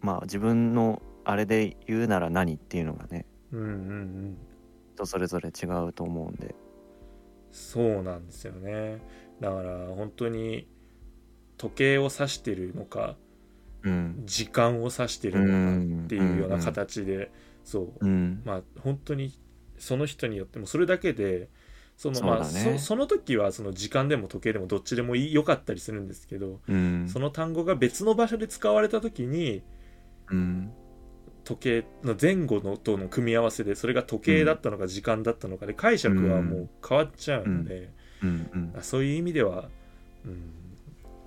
B: まあ自分のあれで言うなら何っていうのがね
A: うんうんうん
B: 人それぞれ違うと思うんで
A: そうなんですよねだから本当に時計を指してるのか
B: うん
A: 時間を指してるのかっていうような形でそう
B: うん
A: まあ本当にその人によってもそれだけでその
B: そうだ
A: まあ
B: ね
A: そその時はその時間でも時計でもどっちでもいい良かったりするんですけど、
B: うん
A: その単語が別の場所で使われた時に
B: うん
A: 時計の前後のとの組み合わせでそれが時計だったのか時間だったのかで解釈はもう変わっちゃうので、
B: うんうん
A: あそういう意味では、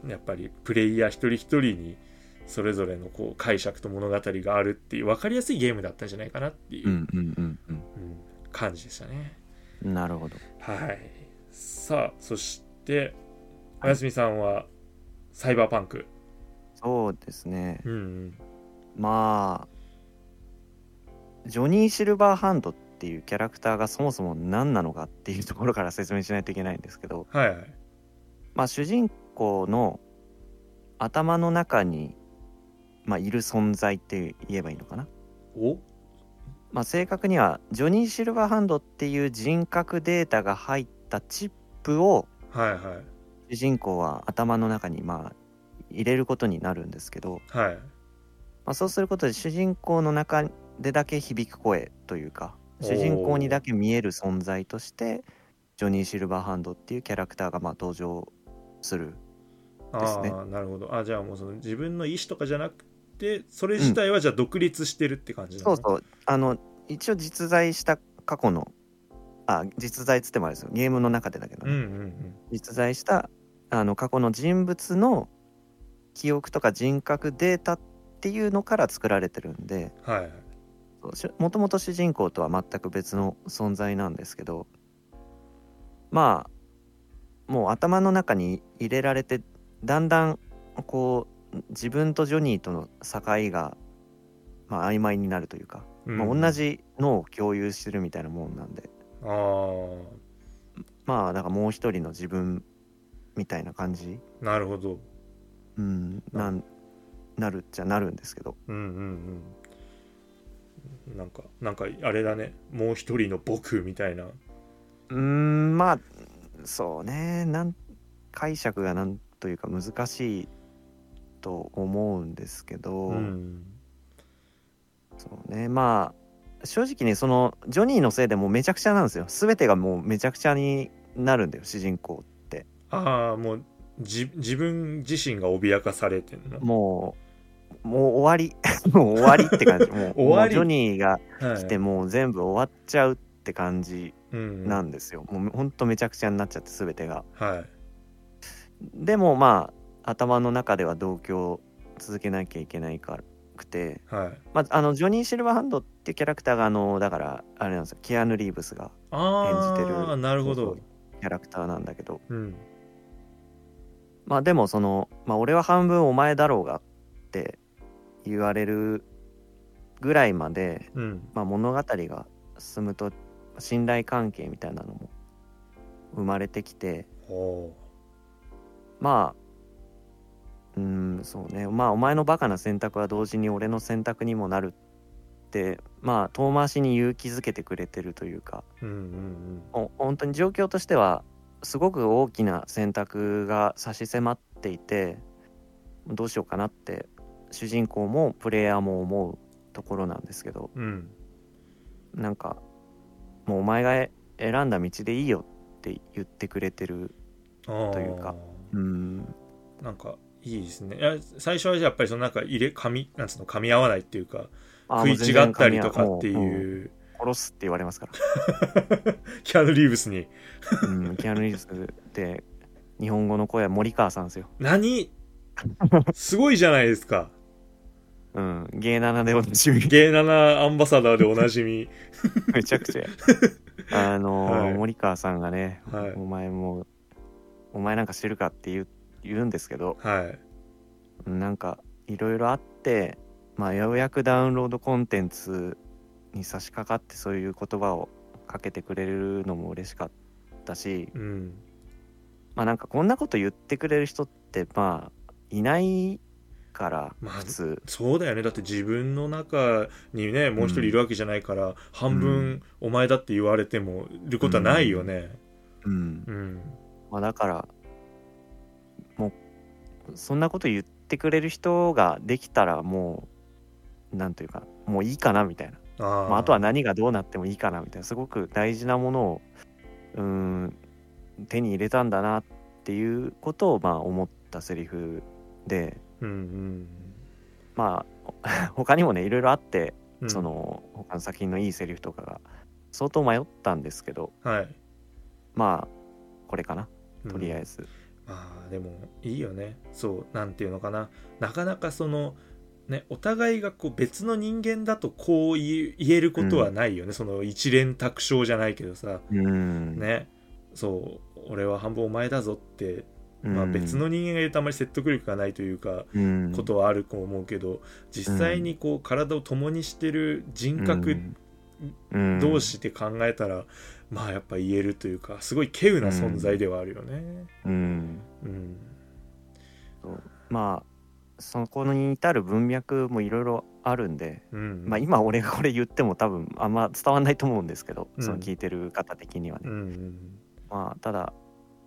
A: うん、やっぱりプレイヤー一人一人にそれぞれのこう解釈と物語があるっていう分かりやすいゲームだったんじゃないかなっていう、
B: うんうんうん
A: うん感じでしたね。
B: うんなるほど
A: はい。さあ、そして、おやすみさんは、サイバーパンク。
B: そうですね
A: うんうん。
B: まあジョニー・シルバーハンドっていうキャラクターがそもそも何なのかっていうところから説明しないといけないんですけど
A: はいはい。
B: まあ、主人公の頭の中に、まあ、いる存在って言えばいいのかな、
A: お
B: まあ、正確にはジョニー・シルバーハンドっていう人格データが入ったチップを
A: はいはい。
B: 主人公は頭の中にまあ入れることになるんですけど、
A: はい。
B: まあ、そうすることで主人公の中でだけ響く声というか主人公にだけ見える存在としてジョニー・シルバーハンドっていうキャラクターがまあ登場するですね
A: ああ、なるほど。あじゃあもうその自分の意思とかじゃなくて、それ自体はじゃあ独立してるって感じな
B: そ
A: の、
B: うそうあの一応実在した過去のあ実在っつってもあれですよゲームの中でだけど、
A: うんうんうん。
B: 実在したあの過去の人物の記憶とか人格データっていうのから作られてるんで
A: はいはい。
B: そうしもともと主人公とは全く別の存在なんですけどまあもう頭の中に入れられてだんだんこう自分とジョニーとの境が、まあ、曖昧になるというか
A: うん
B: まあ、同。じ脳を共有してるみたいなもんなんで
A: ああ、
B: まあなんかもう一人の自分みたいな感じ、
A: なるほど。
B: うん、なんなるっちゃなるんですけど
A: うんうんうん。なんか、なんかあれだね。もう一人の僕みたいな。
B: うーんまあそうねなん解釈がなんというか難しいと思うんですけど、
A: うん。
B: そうねまあ正直ねそのジョニーのせいでもうめちゃくちゃなんですよ全てがもうめちゃくちゃになるんだよ主人公
A: ああ、もう、じ自分自身が脅かされてんの。
B: もう、もう終わり。 もう終わりって感じ。もう、
A: 終わり
B: もうジョニーが
A: は
B: 来て、もう全部終わっちゃうって感じ
A: うん
B: なんですよ。もうほんとめちゃくちゃになっちゃって、すべてが。
A: はい
B: でもまあ、頭の中では同居を続けなきゃいけないから。くて
A: はい
B: まあ、あのジョニー・シルバーハンドっていうキャラクターがあのだからあれなんですよケアヌ・リーブスが
A: あ
B: 演じて
A: あ
B: る
A: なるほど
B: キャラクターなんだけど
A: うん
B: まあでもその、まあ、俺は半分お前だろうがって言われるぐらいまで
A: うん
B: まあ、物語が進むと信頼関係みたいなのも生まれてきて
A: お
B: まあうーんそうねまあお前のバカな選択は同時に俺の選択にもなるってまあ遠回しに勇気づけてくれてるというか
A: ーうんうん
B: ほ本当に状況としてはすごく大きな選択が差し迫っていてどうしようかなって主人公もプレイヤーも思うところなんですけど
A: うんうん
B: なんかもうお前が選んだ道でいいよって言ってくれてる
A: あー
B: というかうん
A: なんかいいですねいや最初はやっぱりそのなんか入れ噛みなんつうの噛み合わないっていうか
B: あ
A: 食い違ったりとか
B: も
A: って
B: 全然神谷もううん
A: いう
B: 殺すって言われますから、
A: キャンリーブスに
B: うん、キアヌ・リーブスって日本語の声は森川さんですよ、
A: 何すごいじゃないですか
B: うん、芸7でおなじみ
A: ゲイナナアンバサダーでおなじみ
B: めちゃくちゃあのー
A: はい
B: 森川さんがね、
A: はい
B: お前もうお前なんか知るかって言う言うんですけど
A: はい
B: なんかいろいろあって、まあ、ようやくダウンロードコンテンツに差し掛かってそういう言葉をかけてくれるのも嬉しかったし、
A: うん
B: まあ、なんかこんなこと言ってくれる人ってまあいないから
A: まあ
B: 普通、
A: そうだよねだって自分の中にねもう一人いるわけじゃないから、半
B: う
A: 分お前だって言われてもいることはないよね
B: うん
A: うん、
B: まあ、だからもうそんなこと言ってくれる人ができたらもうなんというかもういいかなみたいな
A: あ
B: あ,、
A: ー
B: まあ、あとは何がどうなってもいいかなみたいなすごく大事なものをうーん手に入れたんだなっていうことをまあ思ったセリフで
A: うん
B: まあ他にもねいろいろあって、
A: うん
B: その他の作品のいいセリフとかが相当迷ったんですけど
A: はい
B: まあこれかなとりあ
A: ず
B: えず。
A: まあでもいいよねそうなんていうのかななかなかそのねお互いがこう別の人間だとこう言え言えることはないよね、その一連卓勝じゃないけどさ
B: うん
A: ねそう俺は半分お前だぞって、
B: う
A: まあ、
B: ん
A: 別の人間がいるとあまり説得力がないというか、
B: うん
A: ことはあると思うけど実際にこう体を共にしてる人格同士で考えたら、まあやっぱ言えるというかすごい稀有な存在ではあるよね。
B: うんうん
A: うん
B: そうまあそこに至る文脈もいろいろあるんで、
A: うん
B: まあ、今俺がこれ言っても多分あんま伝わんないと思うんですけど、
A: うん
B: その聞いてる方的にはね、
A: うん
B: まあただ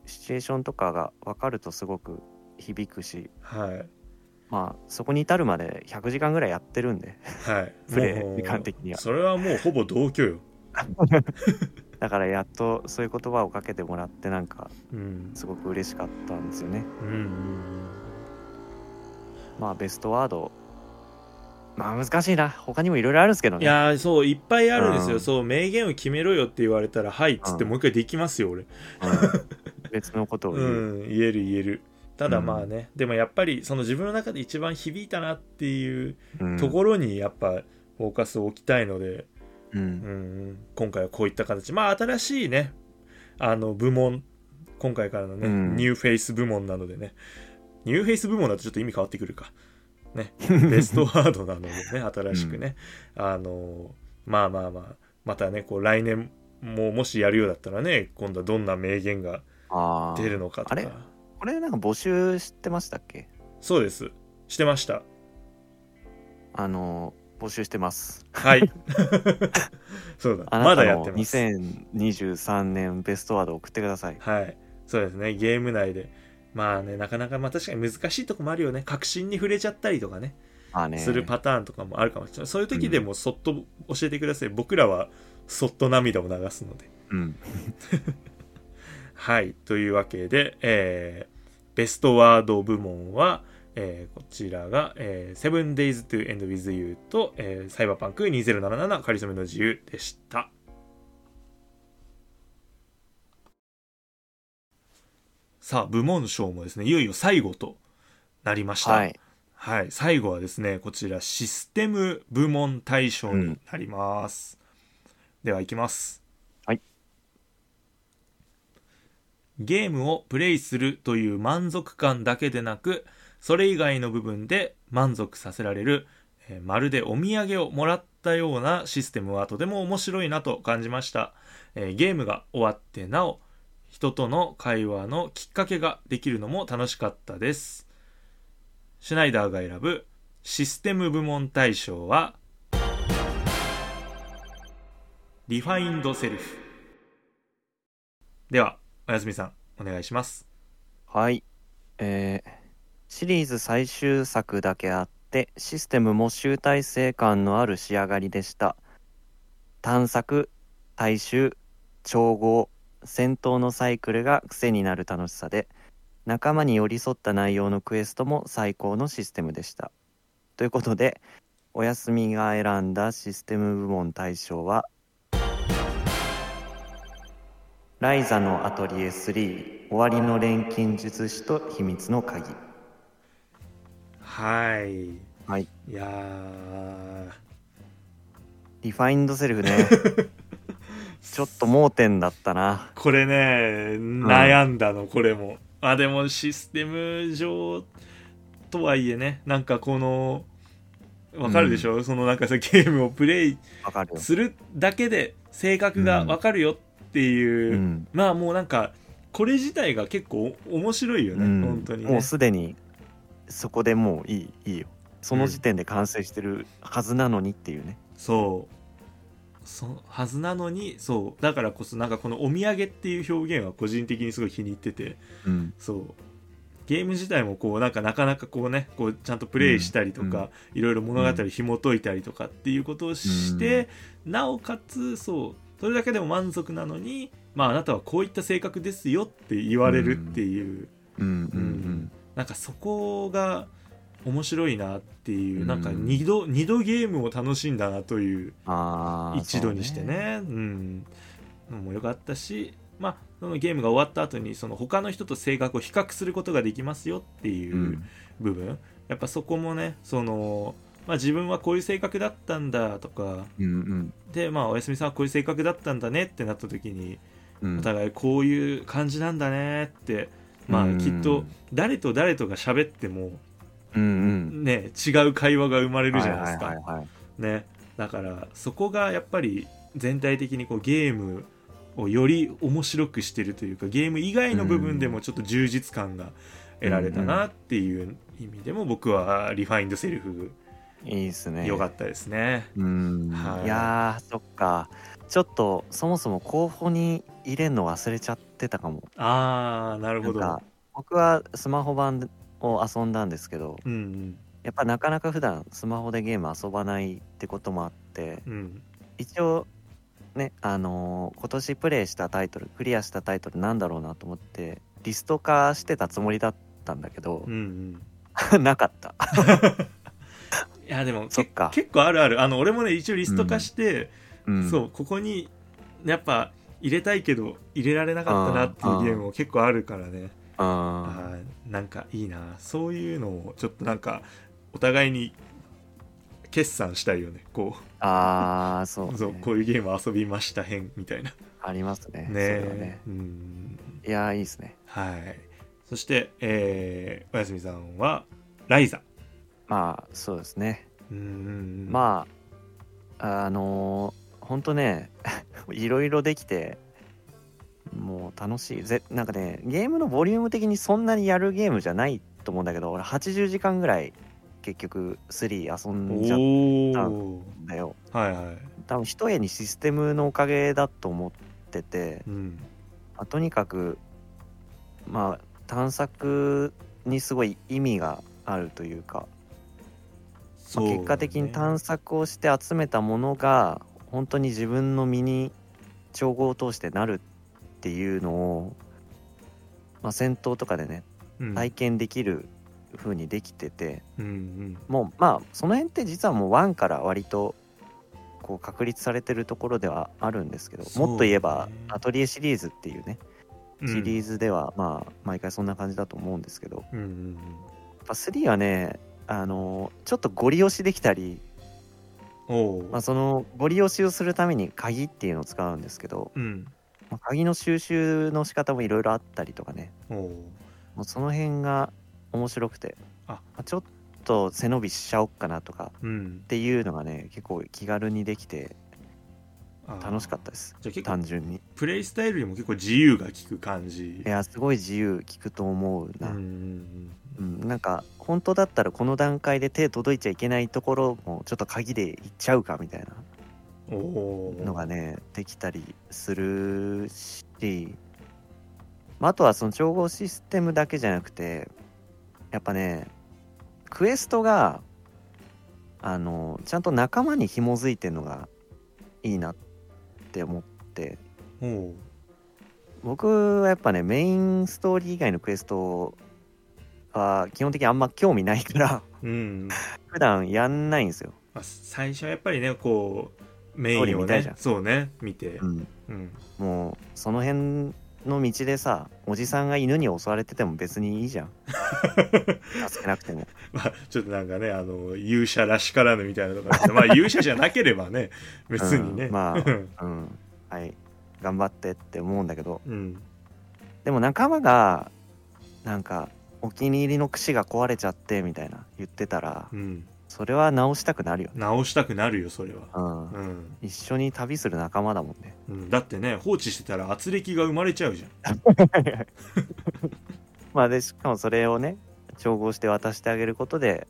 B: シチュエーションとかが分かるとすごく響くし
A: はい
B: まあそこに至るまで100時間ぐらいやってるん で
A: はい
B: プレイ
A: もう
B: 時間的には
A: それはもうほぼ同居よ、
B: だからやっとそういう言葉をかけてもらってなんか
A: うん
B: すごく嬉しかったんですよね
A: うんうん
B: まあベストワードまあ難しいな他にもいろいろあるんですけど
A: うん、い
B: ね
A: やーそういっぱいあるんですよ、
B: うん
A: そう名言を決めろよって言われたら「はい」っつって
B: うん
A: もう一回できますよ俺
B: うん別のことを
A: う
B: 言う、
A: ん言える言えるただまあね、でもやっぱりその自分の中で一番響いたなっていう
B: うん
A: ところにやっぱフォーカスを置きたいので、
B: う
A: うん
B: ん
A: 今回はこういった形まあ新しいねあの部門今回からのね、
B: うん
A: ニューフェイス部門なのでねニューフェイス部門だとちょっと意味変わってくるかベストワードなの でね新しくね、あのまあまあまあまたねこう来年ももしやるようだったらね今度はどんな名言が
B: あー
A: 出るのかと
B: あれ
A: か
B: これなんか募集してましたっけ
A: そうですしてました
B: あの募集してます
A: はい そうだ
B: あ
A: ま
B: な
A: だ
B: た
A: やっ
B: の
A: てます
B: 2023年ベストワード送ってください
A: はいそうですねゲーム内でまあねなかなかまあ確かに難しいとこもあるよね確信に触れちゃったりとかね
B: まあね
A: するパターンとかもあるかもしれないそういう時でもそっと教えてください、僕らはそっと涙を流すので
B: うん
A: はいというわけで、えーベストワード部門は、えーこちらが「えー 7days to end with you」と、えーサイバーパンク2077かりそめの自由」でしたさあ部門賞もですねいよいよ最後となりました、
B: はい
A: はい、最後はですねこちらシステム部門大賞になります、ではいきます
B: はい
A: ゲームをプレイするという満足感だけでなくそれ以外の部分で満足させられる、えーまるでお土産をもらったようなシステムはとても面白いなと感じました、えーゲームが終わってなお人との会話のきっかけができるのも楽しかったですシュナイダーが選ぶシステム部門大賞はリファインドセルフではおやすみさんお願いします
B: はいえーシリーズ最終作だけあってシステムも集大成感のある仕上がりでした探索大衆調合戦闘のサイクルが癖になる楽しさで仲間に寄り添った内容のクエストも最高のシステムでしたということでおやすみが選んだシステム部門大賞はライザのアトリエ3終わりの錬金術師と秘密の鍵
A: はいい
B: はい
A: やー
B: リファインドセルフ ねちょっと盲点だったな
A: これね悩んだの、これもあでもシステム上とはいえねなんかこのわかるでしょ、そのなんかさゲームをプレイ
B: わかるよ
A: するだけで性格がわかるよっていう、
B: うん
A: まあもうなんかこれ自体が結構面白いよね、
B: うん
A: 本当にね
B: もうすでにそこでもういいいいよその時点で完成してるはずなのにっていうね、
A: そうそはずなのにそうだからこそなんかこの「お土産」っていう表現は個人的にすごい気に入ってて
B: うん
A: そうゲーム自体もこうなんかなかなかこうねこうちゃんとプレイしたりとか、いろいろ物語を紐解いたりとかっていうことをして、なおかつそうそれだけでも満足なのに、まあ、あなたはこういった性格ですよって言われるっていう、
B: うん
A: うんうんなんかそこが面白いなっていう、
B: うん
A: なんか2度二度ゲームを楽しんだなという
B: あー
A: 一度にしてねうんのも良かったしまあそのゲームが終わった後にその他の人と性格を比較することができますよってい
B: そうね
A: う部分、やっぱそこもねその、まあ、自分はこういう性格だったんだとか
B: うんうん
A: でまあおやすみさんはこういう性格だったんだねってなった時に
B: うん
A: お互いこういう感じなんだねってま
B: う
A: あ
B: ん
A: きっと誰と誰とが喋っても
B: うんうん
A: ね違う会話が生まれるじゃないですか
B: は。はいはいはい
A: ね、だからそこがやっぱり全体的にこうゲームをより面白くしてるというかゲーム以外の部分でもちょっと充実感が得られたなっていう意味でも僕はリファインドセルフ
B: いいですね
A: 良かったですね。
B: うん、
A: はい
B: い、やーそっかちょっとそもそも候補に入れるの忘れちゃってたかも
A: あーなる
B: な
A: ほ
B: ん
A: ど。
B: か僕はスマホ版を遊んだんですけど
A: うん
B: やっぱなかなか普段スマホでゲーム遊ばないってこともあって
A: うんうん
B: 一応ねあのー今年プレイしたタイトルクリアしたタイトルなんだろうなと思ってリスト化してたつもりだったんだけど
A: うんう、ん
B: なかった
A: いやでも
B: そっか
A: け結構あるあるあの俺もね一応リスト化して、そううここにやっぱ入れたいけど入れられなかったなっていうゲームも結構あるからね。
B: あ
A: あーなんかいいなそういうのをちょっとなんかお互いに決算したいよねこ
B: ーあーそう,、
A: う
B: ね、
A: そうこういうゲーム遊びました編みたいな
B: ありますね
A: ね
B: それはね
A: うん
B: いやーいいですね
A: はいそして、えーおやすみさんはライザ
B: まあそうですね、
A: うん
B: まああのー、ほんとね いろいろできてもう楽しいぜなんかねゲームのボリューム的にそんなにやるゲームじゃないと思うんだけど俺80時間ぐらい結局3遊んじゃっ
A: お
B: あ
A: お
B: たんだよ
A: はいはい
B: 多分一重にシステムのおかげだと思ってて、
A: うん
B: まあとにかくまあ探索にすごい意味があるというかまあ
A: そうだね
B: 結果的に探索をして集めたものが本当に自分の身に調合を通してなるっていうのを、まあ、戦闘とかでね
A: うん
B: 体験できる風にできてて、
A: うんうん
B: もうまあその辺って実はもう1から割とこう確立されてるところではあるんですけど、
A: そうね
B: もっと言えばアトリエシリーズっていうね
A: うん
B: シリーズではまあ毎回そんな感じだと思うんですけど
A: うんうん
B: やっぱ3はねあのちょっとゴリ押しできたり
A: うんおお、
B: まあ、そのゴリ押しをするために鍵っていうのを使うんですけど、
A: うん
B: まあ鍵の収集の仕方もいろいろあったりとかね
A: おお
B: もうその辺が面白くて
A: あ
B: まあ、ちょっと背伸びしちゃおっかなとか
A: うん
B: っていうのがね結構気軽にできて楽しか
A: た
B: ったです
A: じゃあ結構
B: 単純に
A: プレイスタイルにも結構自由が利く感じ
B: いやすごい自由聞くと思うな、
A: う
B: うん
A: ん
B: なんか本当だったらこの段階で手届いちゃいけないところもちょっと鍵でいっちゃうかみたいな
A: おおー
B: のがねできたりするし、まあ、あとはその調合システムだけじゃなくてやっぱねクエストがあのちゃんと仲間に紐づいてるのがいいなって思って
A: おー
B: 僕はやっぱねメインストーリー以外のクエストは基本的にあんま興味ないから
A: うん
B: 普段やんないんですよ。
A: まあ、最初はやっぱりねこうメイ
B: 通り
A: ンを
B: 見たい
A: ね
B: じゃん
A: そうね見て
B: うん
A: うん
B: もうその辺の道でさおじさんが犬に襲われてても別にいいじゃん助けなくても
A: まあちょっとなんかねあの勇者らしからぬみたいなとこあるけどまあ勇者じゃなけれ ばね別にね、
B: うんまあ
A: うん
B: うんはい頑張ってって思うんだけど
A: うん
B: でも仲間がなんかお気に入りの櫛が壊れちゃってみたいな言ってたら
A: うん
B: それは直したくなるよね、
A: 直したくなるよそれは、
B: うん
A: うん
B: 一緒に旅する仲間だもんね
A: うん、だってね放置してたら圧力が生まれちゃうじゃん
B: まあでしかもそれをね照合して渡してあげることで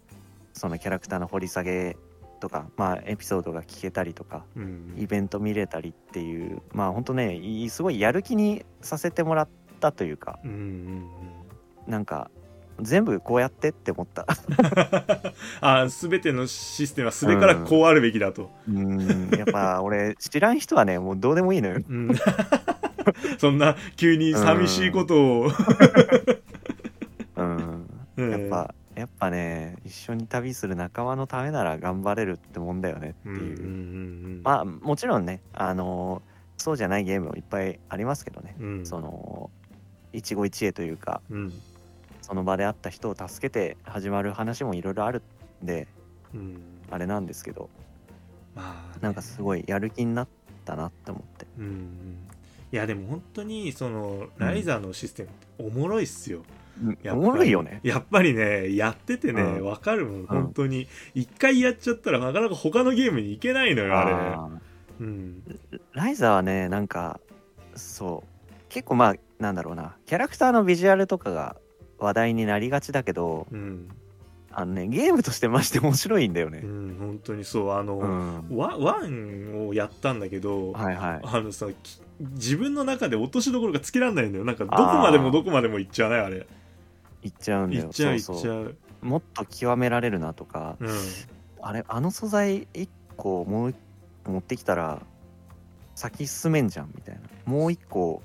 B: そのキャラクターの掘り下げとか、まあ、エピソードが聞けたりとか
A: うん
B: イベント見れたりっていうまあ本当ねいいすごいやる気にさせてもらったというか
A: うんうん
B: なんか全部こうやってって思った。
A: あ全てのシステムはすべからこうあるべきだと、
B: うんやっぱ俺知らん人はねもうどうでもいいのよ。
A: うんそんな急に寂しいことを、
B: うんやっぱ、やっぱね一緒に旅する仲間のためなら頑張れるってもんだよねって
A: うんうん
B: いう、
A: うんうん
B: まあもちろんねあのそうじゃないゲームもいっぱいありますけどね、
A: うん
B: その一期一会というか
A: うん
B: その場で会った人を助けて始まる話もいろいろあるんで
A: うん
B: あれなんですけど
A: まあね
B: なんかすごいやる気になったなって思って
A: うんうんいやでも本当にそのライザーのシステムおもろいっすよ、やっ
B: お
A: ぱり
B: もろいよね
A: やっぱりねやっててね、
B: う
A: わ
B: ん
A: かるもん本当に一、回やっちゃったらなかなか他のゲームに行けないのよあれ
B: あー
A: うん
B: ライザーはねなんかそう結構まあなんだろうなキャラクターのビジュアルとかが話題になりがちだけど
A: うん、
B: あのねゲームとしてまして面白いんだよね
A: う。ん、本当にそうあの、
B: うん、
A: ワワンをやったんだけど、
B: はいはい。
A: あのさき自分の中で落としどころがつけられないんだよなんかどこまでもどこまでも行っちゃうねあれ
B: いっちゃうんだよ。
A: 行っちゃう行っちゃ
B: そううそうもっと極められるなとか、
A: うん
B: あれあの素材1個もう一個持ってきたら先進めんじゃんみたいな。もう1個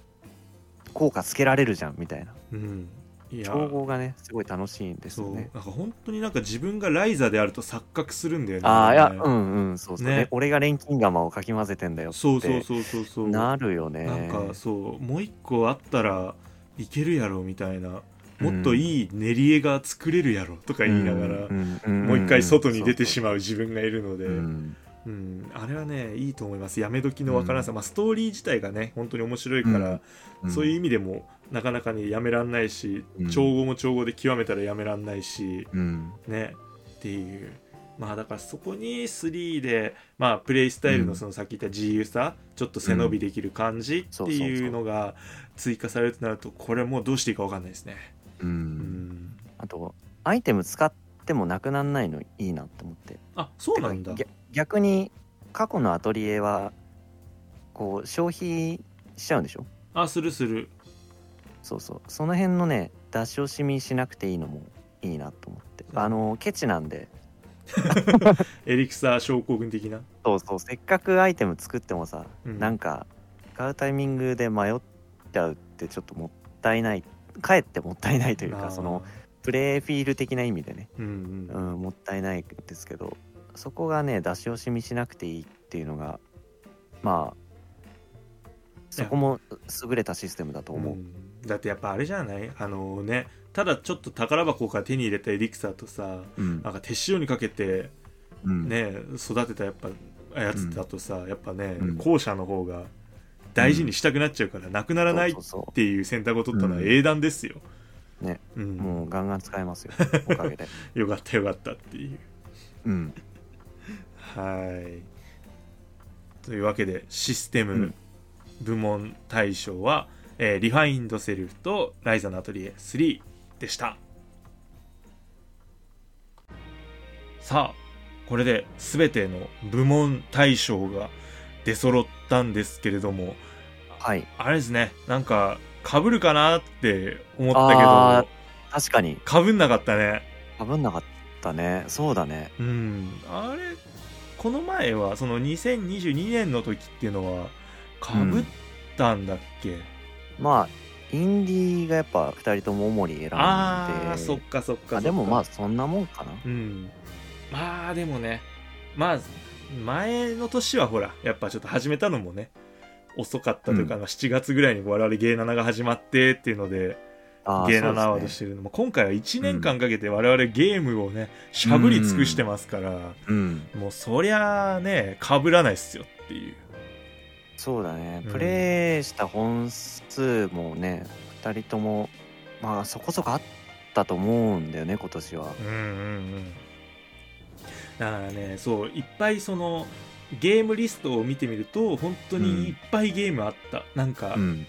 B: 効果つけられるじゃんみたいな。
A: うんいや
B: 調合がねすごい楽しいんです
A: そ
B: よ
A: うなん
B: ね。
A: か本当になんか自分がライザーであると錯覚するんだよね
B: ああいや
A: れね
B: うんうんそうそう、
A: ね
B: ね、俺が錬金釜をかき混ぜてんだよって
A: そうそうそうそうそう
B: なるよね
A: なんかそうもう一個あったらいけるやろみたいなもっといい練り絵が作れるやろとか言いながら、もう一回外に出てし
B: ま
A: まう自分がいるので、
B: うんうん
A: うん、あれはねいいと思いますやめ時のわからなさ、まあ、ストーリー自体がね本当に面白いから、
B: うん
A: そういう意味でもなかなかにやめらんないし、
B: うん
A: 調合も調合で極めたらやめらんないし
B: うん
A: ねっていうまあだからそこに3で、まあ、プレイスタイル
B: う
A: の
B: ん
A: そのさっき言った自由さ、ちょっと背伸びできる感じ
B: そ
A: っ
B: う
A: て
B: そうそう
A: いうのが追加されるとなるとこれもうどうしていいかわかんないですね。
B: う
A: うんん、
B: あとアイテム使ってもなくなんないのいいなって思って
A: あそうなんだ
B: て。かぎゃ逆に過去のアトリエはこう消費しちゃうんでしょ
A: あするする。
B: そうそうその辺のね出し惜しみしなくていいのもいいなと思ってあのケチなんで
A: エリクサー症候群的な。
B: そうそうせっかくアイテム作ってもさ、
A: うん
B: なんか使うタイミングで迷っちゃうってちょっともったいないかえってもったいないという
A: あ
B: か
A: ー
B: そのプレーフィール的な意味でね、
A: うんうん
B: うん、もったいないですけどそこがね出し惜しみしなくていいっていうのがまあそこも優れたシステムだと思う、
A: んだってやっぱあれじゃないあのねただちょっと宝箱から手に入れたエリクサーとさ
B: うん
A: なんか手塩にかけて
B: うん
A: ね育てたやっぱやつだとさ、やっぱね、
B: うん
A: 後者の方が大事にしたくなっちゃうから、なくならないっ
B: そうそうそ
A: ていう選択を取ったのは
B: うん
A: 英断ですよ、
B: ね
A: うん
B: うもうガンガン使えますよおかげ で
A: よかったよかったっていう
B: うん
A: はいというわけでシステ
B: う
A: ム
B: ん
A: 部門大賞は、えーリファインドセルフとライザのアトリエ3でしたさあこれで全ての部門大賞が出揃ったんですけれども
B: はい
A: あれですねなんかかぶるかなって思っ
B: あ
A: た
B: ー確かに
A: けどかぶんなかったね
B: かぶんなかったねそうだね
A: うん、あれこの前はその2022年の時っていうのはかぶったんだっけ、
B: まあインディーがやっぱ2人とも主に選んで
A: ああそっかそっかそっか
B: あでもまあそんなもんかな
A: うんまあでもねまあ前の年はほらやっぱちょっと始めたのもね遅かったというか、
B: う
A: まあ7月ぐらいに我々ゲイナナが始まってっていうので
B: あ
A: ゲイナナアワード
B: で
A: し
B: す
A: てるのも、今回は1年間かけて我々ゲームをねしゃぶり尽くしてますから、
B: ねうん
A: もうそりゃあねかぶらないっすよっていう
B: そうだね
A: うん
B: プレイした本数もね2人ともまあそこそこあったと思うんだよね今年は
A: うんうんうんだからねそういっぱいそのゲームリストを見てみると本当にいっぱいゲームあった、なんか、
B: うん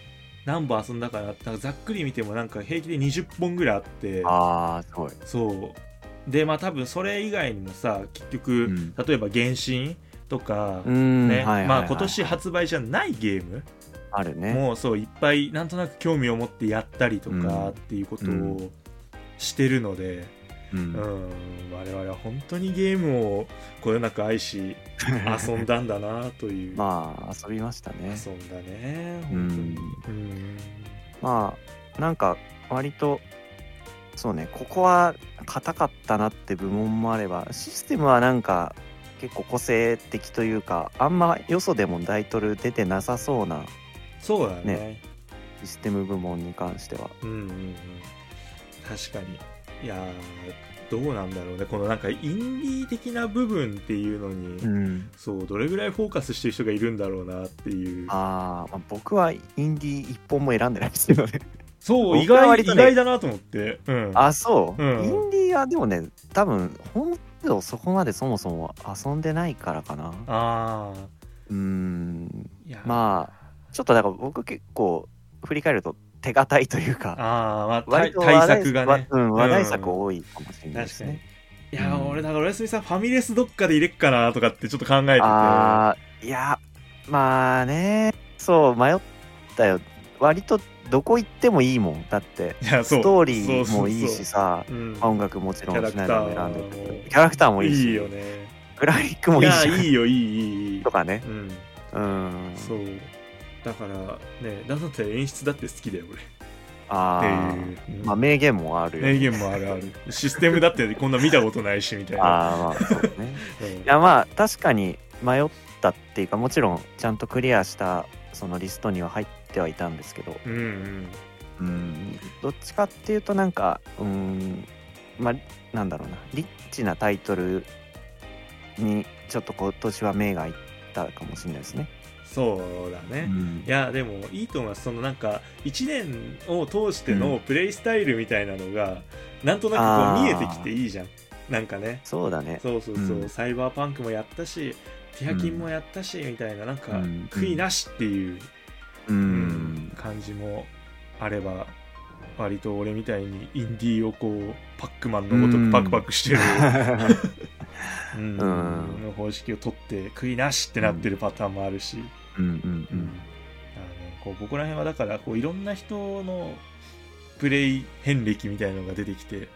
A: 何本遊んだかななんかざっくり見てもなんか平気で20本ぐらいあって
B: ああすごい、
A: そうでまあ多分それ以外にもさ結局、
B: ん
A: 例えば「原神」とか、
B: うん
A: ね
B: はいはいはい
A: まあ今年発売じゃないゲーム
B: あるね
A: もうそういっぱいなんとなく興味を持ってやったりと
B: うん
A: かっていうこと
B: う
A: をしてるの
B: う
A: で、
B: ん
A: うん我々は本当にゲームをこよなく愛し遊んだんだなという、
B: まあ遊びましたね
A: 遊んだね
B: う
A: 本
B: ん
A: 当に、うん
B: まあなんか割とそうねここは硬かったなって部門もあればシステムはなんか結構個性的というかあんまよそでも大トル出てなさそうな
A: そうだね
B: ねシステム部門に関しては
A: うんうんうん確かにいやーどうなんだろうねこのなんかインディー的な部分っていうのに、
B: ん
A: そうどれぐらいフォーカスしてる人がいるんだろうなっていう
B: あー、まあ僕はインディー一本も選んでないですけどね
A: そう意
B: 僕は
A: 外,、
B: 割
A: 意
B: とね
A: 外だなと思って、うん、
B: あそう、
A: うん
B: インディーはでもね多分本数をそこまでそもそも遊んでないからかな
A: あ
B: うん
A: ーいや
B: まあちょっとだから僕結構振り返ると手堅いというか
A: あー、まあ、
B: 割
A: 対
B: と
A: 対策がね
B: 話題,、うん、話題作多いかもしれないで
A: 確
B: す
A: かに
B: ね。
A: いやー
B: うん
A: 俺だからおやすみさんファミレスどっかで入れっかなとかってちょっと考えてて
B: ああいやまあねそう迷ったよ割とどこ行ってもいいもんだって
A: いやそう
B: ストーリーもいい
A: そうそう
B: しさ
A: そううん
B: まあ音楽もちろん
A: キャラ
B: し
A: クタ
B: な
A: ー
B: いも選んでくれてキャラクターもいいし
A: いいよね
B: グラフィックもいい
A: や
B: し
A: いいよいいいいいい
B: とかね
A: うん
B: うん
A: そうだからねだって演出だって好きだよ俺
B: あ
A: っ
B: ー
A: ていう、うん
B: まあ名言もあるよね
A: 名言もあるあるシステムだってこんな見たことないしみたいな、
B: あーまあそうね
A: うん
B: いやまあ確かに迷ったっていうかもちろんちゃんとクリアしたそのリストには入ってはいたんですけど
A: うんうん
B: うんどっちかっていうとなんかうんまあなんだろうなリッチなタイトルにちょっと今年は目がいったかもしれないですね。
A: そうだね、いやでもいいと思いますそのなんか1年を通して
B: う
A: の
B: ん
A: プレイスタイルみたいなのがなんとなく
B: あ
A: こう
B: ー
A: 見えてきていいじゃんなんかね
B: そうだね。
A: そうそうそう、
B: うん
A: サイバーパンクもやったしティアキンもやったし、みたいななんか、
B: うん
A: 悔いなしっていう、
B: う
A: うん
B: ん
A: 感じもあれば割と俺みたいにインディーをこうパックマンのごと
B: う
A: く
B: ん
A: パクパク してる、う
B: う
A: ん
B: ん
A: の方式を取って悔いなしってなってるパターンもあるし、
B: うんうんう
A: うん
B: ん
A: あのこうここら辺はだからこういろんな人のプレイ遍歴みたいのが出てきて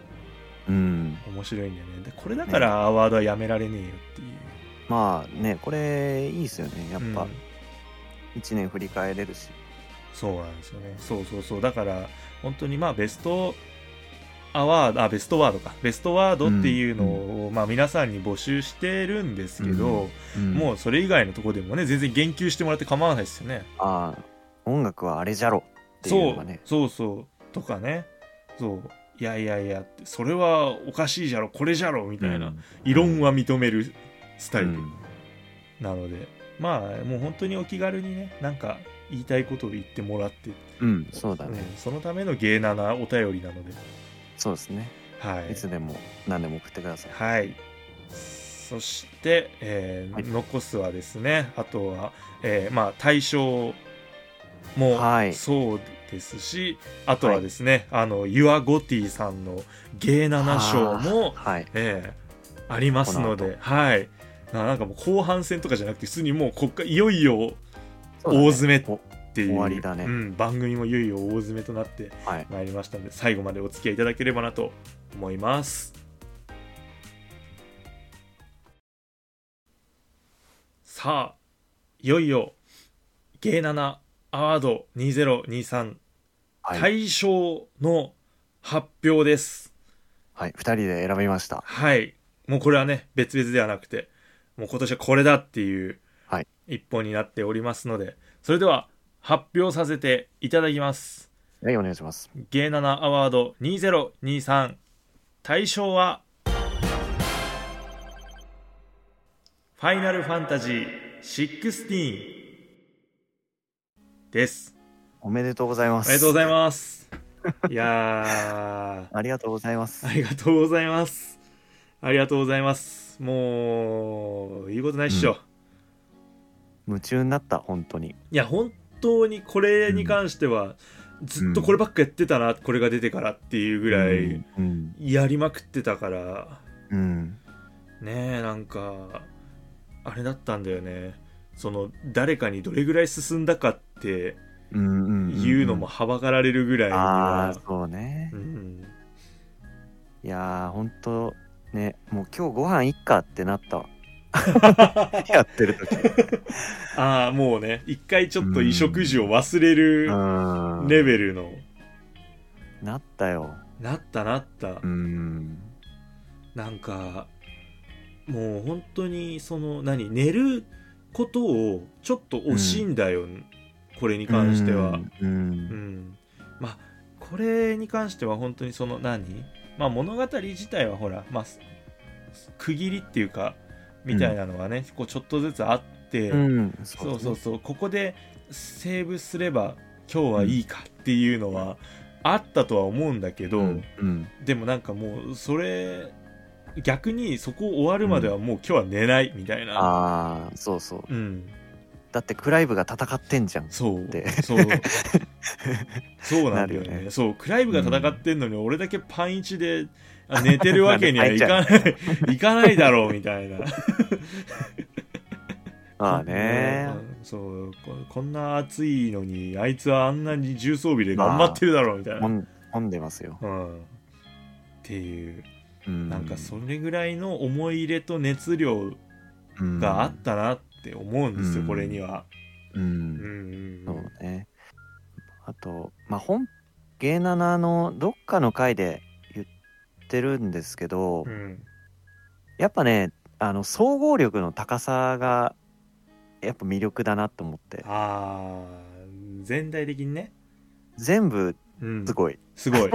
B: うん
A: 面白いんだよねでこれだからアワードはやめられねえよっていう、
B: まあねこれいいですよねやっ
A: う
B: ぱ
A: ん
B: 1年振り返れるし。
A: そうなんですよねそうそうそうだから本当にまあベストアワードあベストワードかベストワードっていうのを、まあ、皆さんに募集してるんですけど、
B: うん
A: もうそれ以外のとこでもね全然言及してもらって構わないですよね
B: ああ音楽はあれじゃろっていう
A: そ
B: のが
A: う
B: ね
A: そうそうとかねそういやいやいやってそれはおかしいじゃろこれじゃろみたいな、異論は認めるスタイル
B: うん
A: なので、まあもう本当にお気軽にねなんか言いたいことを言ってもらって、
B: うんそうだね、
A: ねそのための芸ななお便りなので
B: そうですね
A: はい
B: いつでも何でも送ってください
A: はい。そして、えー
B: はい
A: 残すはですね、あとは、えーまあ、対象も
B: はい
A: そうですし、あとはですね、あの、ユアゴティさんの芸7賞も、
B: はい
A: えーありますので、はい。ななんかもう後半戦とかじゃなくて、普通にもうこっからいよいよ大
B: そうだね
A: 詰めっていう、
B: お終わりだね
A: うん、番組もいよいよ大詰めとなって
B: はい
A: まいりましたので、最後までお付き合いいただければなと思います。さあ、いよいよ、ゲイナナアワード2023
B: はい
A: 大賞の発表です。
B: はい2人で選びました
A: はい。もうこれはね、別々ではなくて、もう今年はこれだっていう
B: はい
A: 一本になっておりますので、それでは発表させていただきます。
B: はいお願いします
A: ゲイナナアワード2023大賞はファイナルファンタジー16です
B: おめでとうございます
A: ありがとうござい
B: ま
A: ますいや
B: すありがとうございます
A: ーありがとうございますありがとうございますもう言うことないっしょ、
B: 夢中になった本当に
A: いや本当にこれに関しては、ずっとこればっかやってたな、これが出てからっていうぐらい
B: うん
A: やりまくってたから、
B: うん
A: ねえなんかあれだったんだよねその誰かにどれぐらい進んだかって
B: うんうん
A: いうのもはばかられるぐらいに
B: ああ
A: は
B: ー、そうね
A: うん、
B: いやーほんとねもう今日ご飯いっかってな ったわやってる時
A: ああもうね一回ちょっと衣食住を忘れる
B: うん
A: レベルの、
B: なったよ
A: なったなった、
B: うん
A: なんかもう本当にその何寝ることをちょっと惜しいんだよ、これに関しては、
B: う
A: うんん、まあこれに関しては本当にその何、まあ、物語自体はほら、まあ、す区切りっていうかみたいなのがね、こうちょっとずつあって、
B: うん
A: そうそうそうここでセーブすれば今日はいいかっていうのはあったとは思うんだけど、
B: うんうん
A: でもなんかもうそれ逆にそこ終わるまではもう今日は寝ないみたいな、
B: ああそうそう
A: うん、
B: だってクライブが戦ってんじゃん
A: そう
B: で
A: そうそうなんだよ
B: なる
A: ね
B: よね
A: そうクライブが戦ってんのに俺だけパンイチで、あ寝てるわけにはい かない いかないだろうみたいな
B: まあね
A: うん そうここんな暑いのにあいつはあんなに重装備で頑張ってるだろうみたいな、
B: 本本出ますよ、
A: うん、っていう
B: うん、
A: なんかそれぐらいの思い入れと熱量があったなって思うんですよ、
B: うん
A: これには、
B: うん、
A: うん
B: うん
A: うんうん
B: そうねあとまあ本芸7のどっかの回で言ってるんですけど、
A: うん
B: やっぱねあの総合力の高さがやっぱ魅力だなと思って
A: あー全体的にね、
B: 全部
A: うん
B: す、ごい
A: す ごい。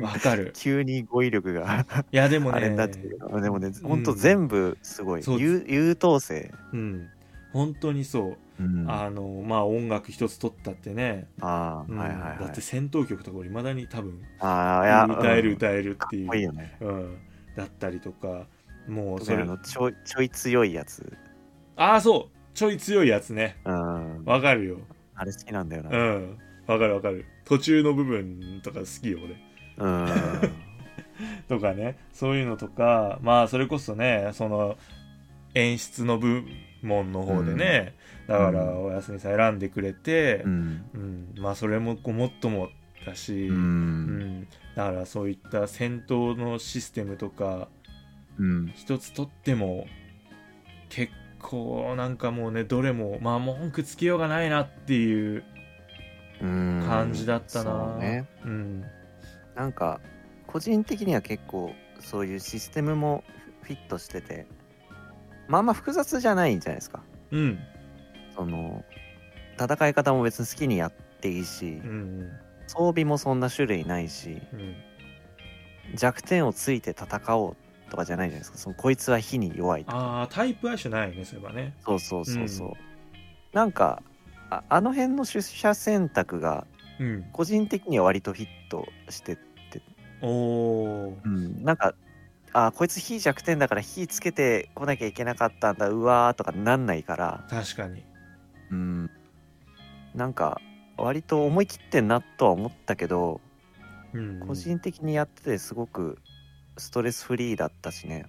A: わかる。
B: 急に語彙力が
A: いや、でも
B: あ
A: ね、
B: れだっていうかでもねほんと
A: うん
B: 全部すごい、
A: そう
B: 優優等生、
A: うん。本当にそう。
B: うんあ
A: あの、まあ、音楽一つ取ったってね、
B: あー、
A: うん
B: はいはい
A: だ
B: はい
A: って戦闘曲とか、いまだに多分、
B: ああいや
A: 歌える、
B: うん
A: 歌えるって
B: かっこいい
A: いう。
B: よね
A: うん。だったりとか、もう、
B: 特
A: そ
B: に
A: れ
B: あ。のちょいちょい強いやつ、
A: ああ、そう。ちょい強いやつね。
B: うん、
A: わかるよ。
B: あれ好きなんだよ
A: う
B: な、
A: ん。わかるわかる。途中の部分とか好きよ、俺。
B: うん、
A: とかねそういうのとかまあそれこそねその演出の部門の方でね、だから
B: うん
A: お休みさん選んでくれて
B: う、ん
A: うんまあそれもごもっともだし、
B: う
A: うんんだからそういった戦闘のシステムとか
B: うん
A: 一つとっても結構なんかもうねどれもまあ文句つけようがないなっていう、
B: うん
A: 感じだったな
B: そうね
A: うん、
B: なんか個人的には結構そういうシステムもフィットしててまああんま複雑じゃないんじゃないですか
A: うん
B: その戦い方も別に好きにやっていいし
A: うんうん
B: 装備もそんな種類ないし
A: うん
B: 弱点をついて戦おうとかじゃないじゃないですかそのこいつは火に弱いと
A: ああタイプ相性ないねそういえばね
B: そうそうそうそう、なんかああの辺の出社選択が
A: うん
B: 個人的には割とフィットして、
A: おおー
B: なんかあこいつ火弱点だから火つけてこなきゃいけなかったんだうわーとかなんないから、
A: 確かに
B: うん、なんか割と思い切ってんなとは思ったけど
A: うん
B: 個人的にやっててすごくストレスフリーだったしね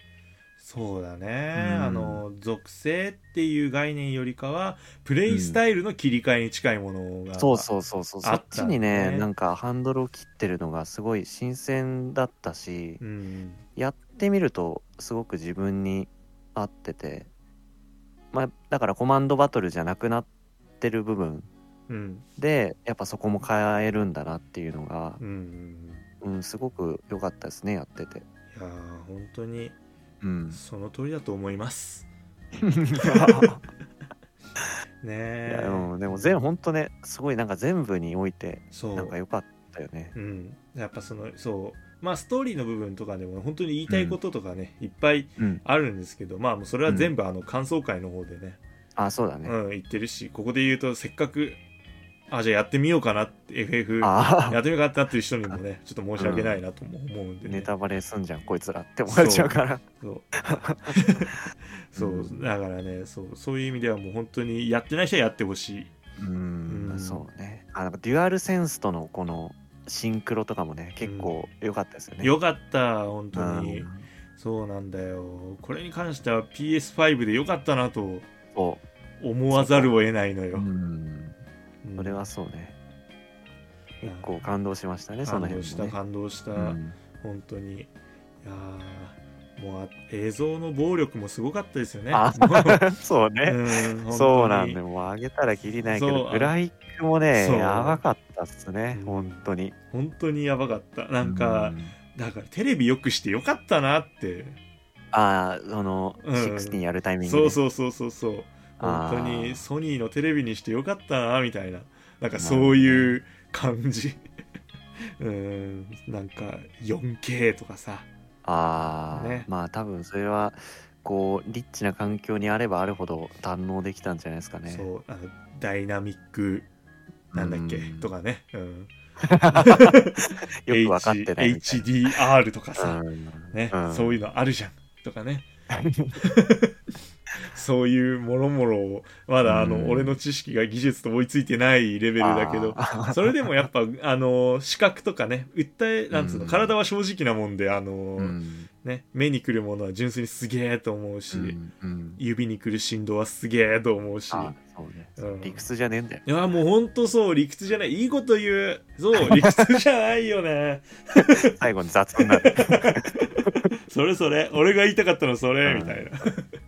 A: そうだね、
B: うん
A: あの属性っていう概念よりかはプレイスタイルの切り替えに近いものが、
B: そうそうそうそうそ
A: あっ
B: ったち
A: ね
B: にねなんかハンドルを切ってるのがすごい新鮮だったし
A: うん
B: やってみるとすごく自分に合っててまあだからコマンドバトルじゃなくなってる部分
A: うん
B: でやっぱそこも変えるんだなっていうのが
A: う、ん
B: うん、すごく良かったですねやってて。
A: いやー本当に
B: うん、
A: その通りだと思います
B: い
A: ねえ
B: やうんでも全ほんとねすごいなんか全部において
A: そう
B: なんか良かったよね。
A: うん、やっぱそのそうまあストーリーの部分とかでも本当に言いたいこととかね、いっぱい
B: うん、
A: あるんですけどまあもうそれは全部あの感想会の方でね、
B: あそうだね。
A: うん、言ってるしここで言うとせっかくあじゃあやってみようかなって FF
B: あ
A: や
B: あ
A: ってみようかってなってる人にもねちょっと申し訳ないなとも思うんで、ね
B: ネタバレすんじゃんこいつらって思っちゃうから。
A: そう そううんだからねそうそういう意味ではもう本当にやってない人はやってほしい
B: うーん
A: うん
B: そうねあなんかデュアルセンスとのこのシンクロとかもね結構良かったですよね、
A: よかった本当に
B: うん
A: そうなんだよこれに関しては PS5 でよかったなと
B: そ
A: 思わざるを得ないの
B: う、
A: よ、
B: うん、
A: うん
B: それはそうね
A: うん
B: 結構感動しましたねその
A: 感動
B: 辺
A: し
B: も
A: た
B: ね
A: 感動した、
B: うん
A: 本当にいやーもうあ映像の暴力もすごかったですよね
B: あ そう
A: う
B: ね、
A: ん本当に
B: そうなんでもう上げたらきりないけ
A: そう
B: ど
A: あの
B: グラフィックもね
A: そう
B: やばかったっすね
A: うん
B: 本当に
A: 本当にやばかったなんか、
B: う
A: だからテレビよくしてよかったなって、
B: ああその、
A: うん
B: 16やるタイミング
A: そう
B: う
A: そうそうそうそう
B: あ
A: 本
B: ー
A: 当にソニーのテレビにしてよかったなみたいななんかそういう感じ うんなんか 4K とかさ
B: ああ、
A: ね
B: まあ多分それはこうリッチな環境にあればあるほど堪能できたんじゃないですかね
A: そうあのダイナミックなんだっけ
B: うん
A: とかね、うん、
B: よく分かってないみたい
A: H- HDR とかさ、
B: な、うん
A: ね、
B: うん
A: そういうのあるじゃんとかね そういうもろもろをまだあの、
B: うん
A: 俺の知識が技術と追いついてないレベルだけど
B: あー
A: それでもやっぱあの視覚とかね訴えなんつうの、
B: うん
A: 体は正直なもんであの、
B: うん
A: ね、目にくるものは純粋にすげえと思うし、
B: うんうん
A: 指にくる振動はすげえと思うし。
B: あそうね、
A: うん
B: 理屈じゃねえんだよ
A: いやもうほんとそう理屈じゃないいいこと言う そう理屈じゃないよね
B: 最後に雑に なる
A: それそれ俺が言いたかったのそれ
B: うん
A: みたいな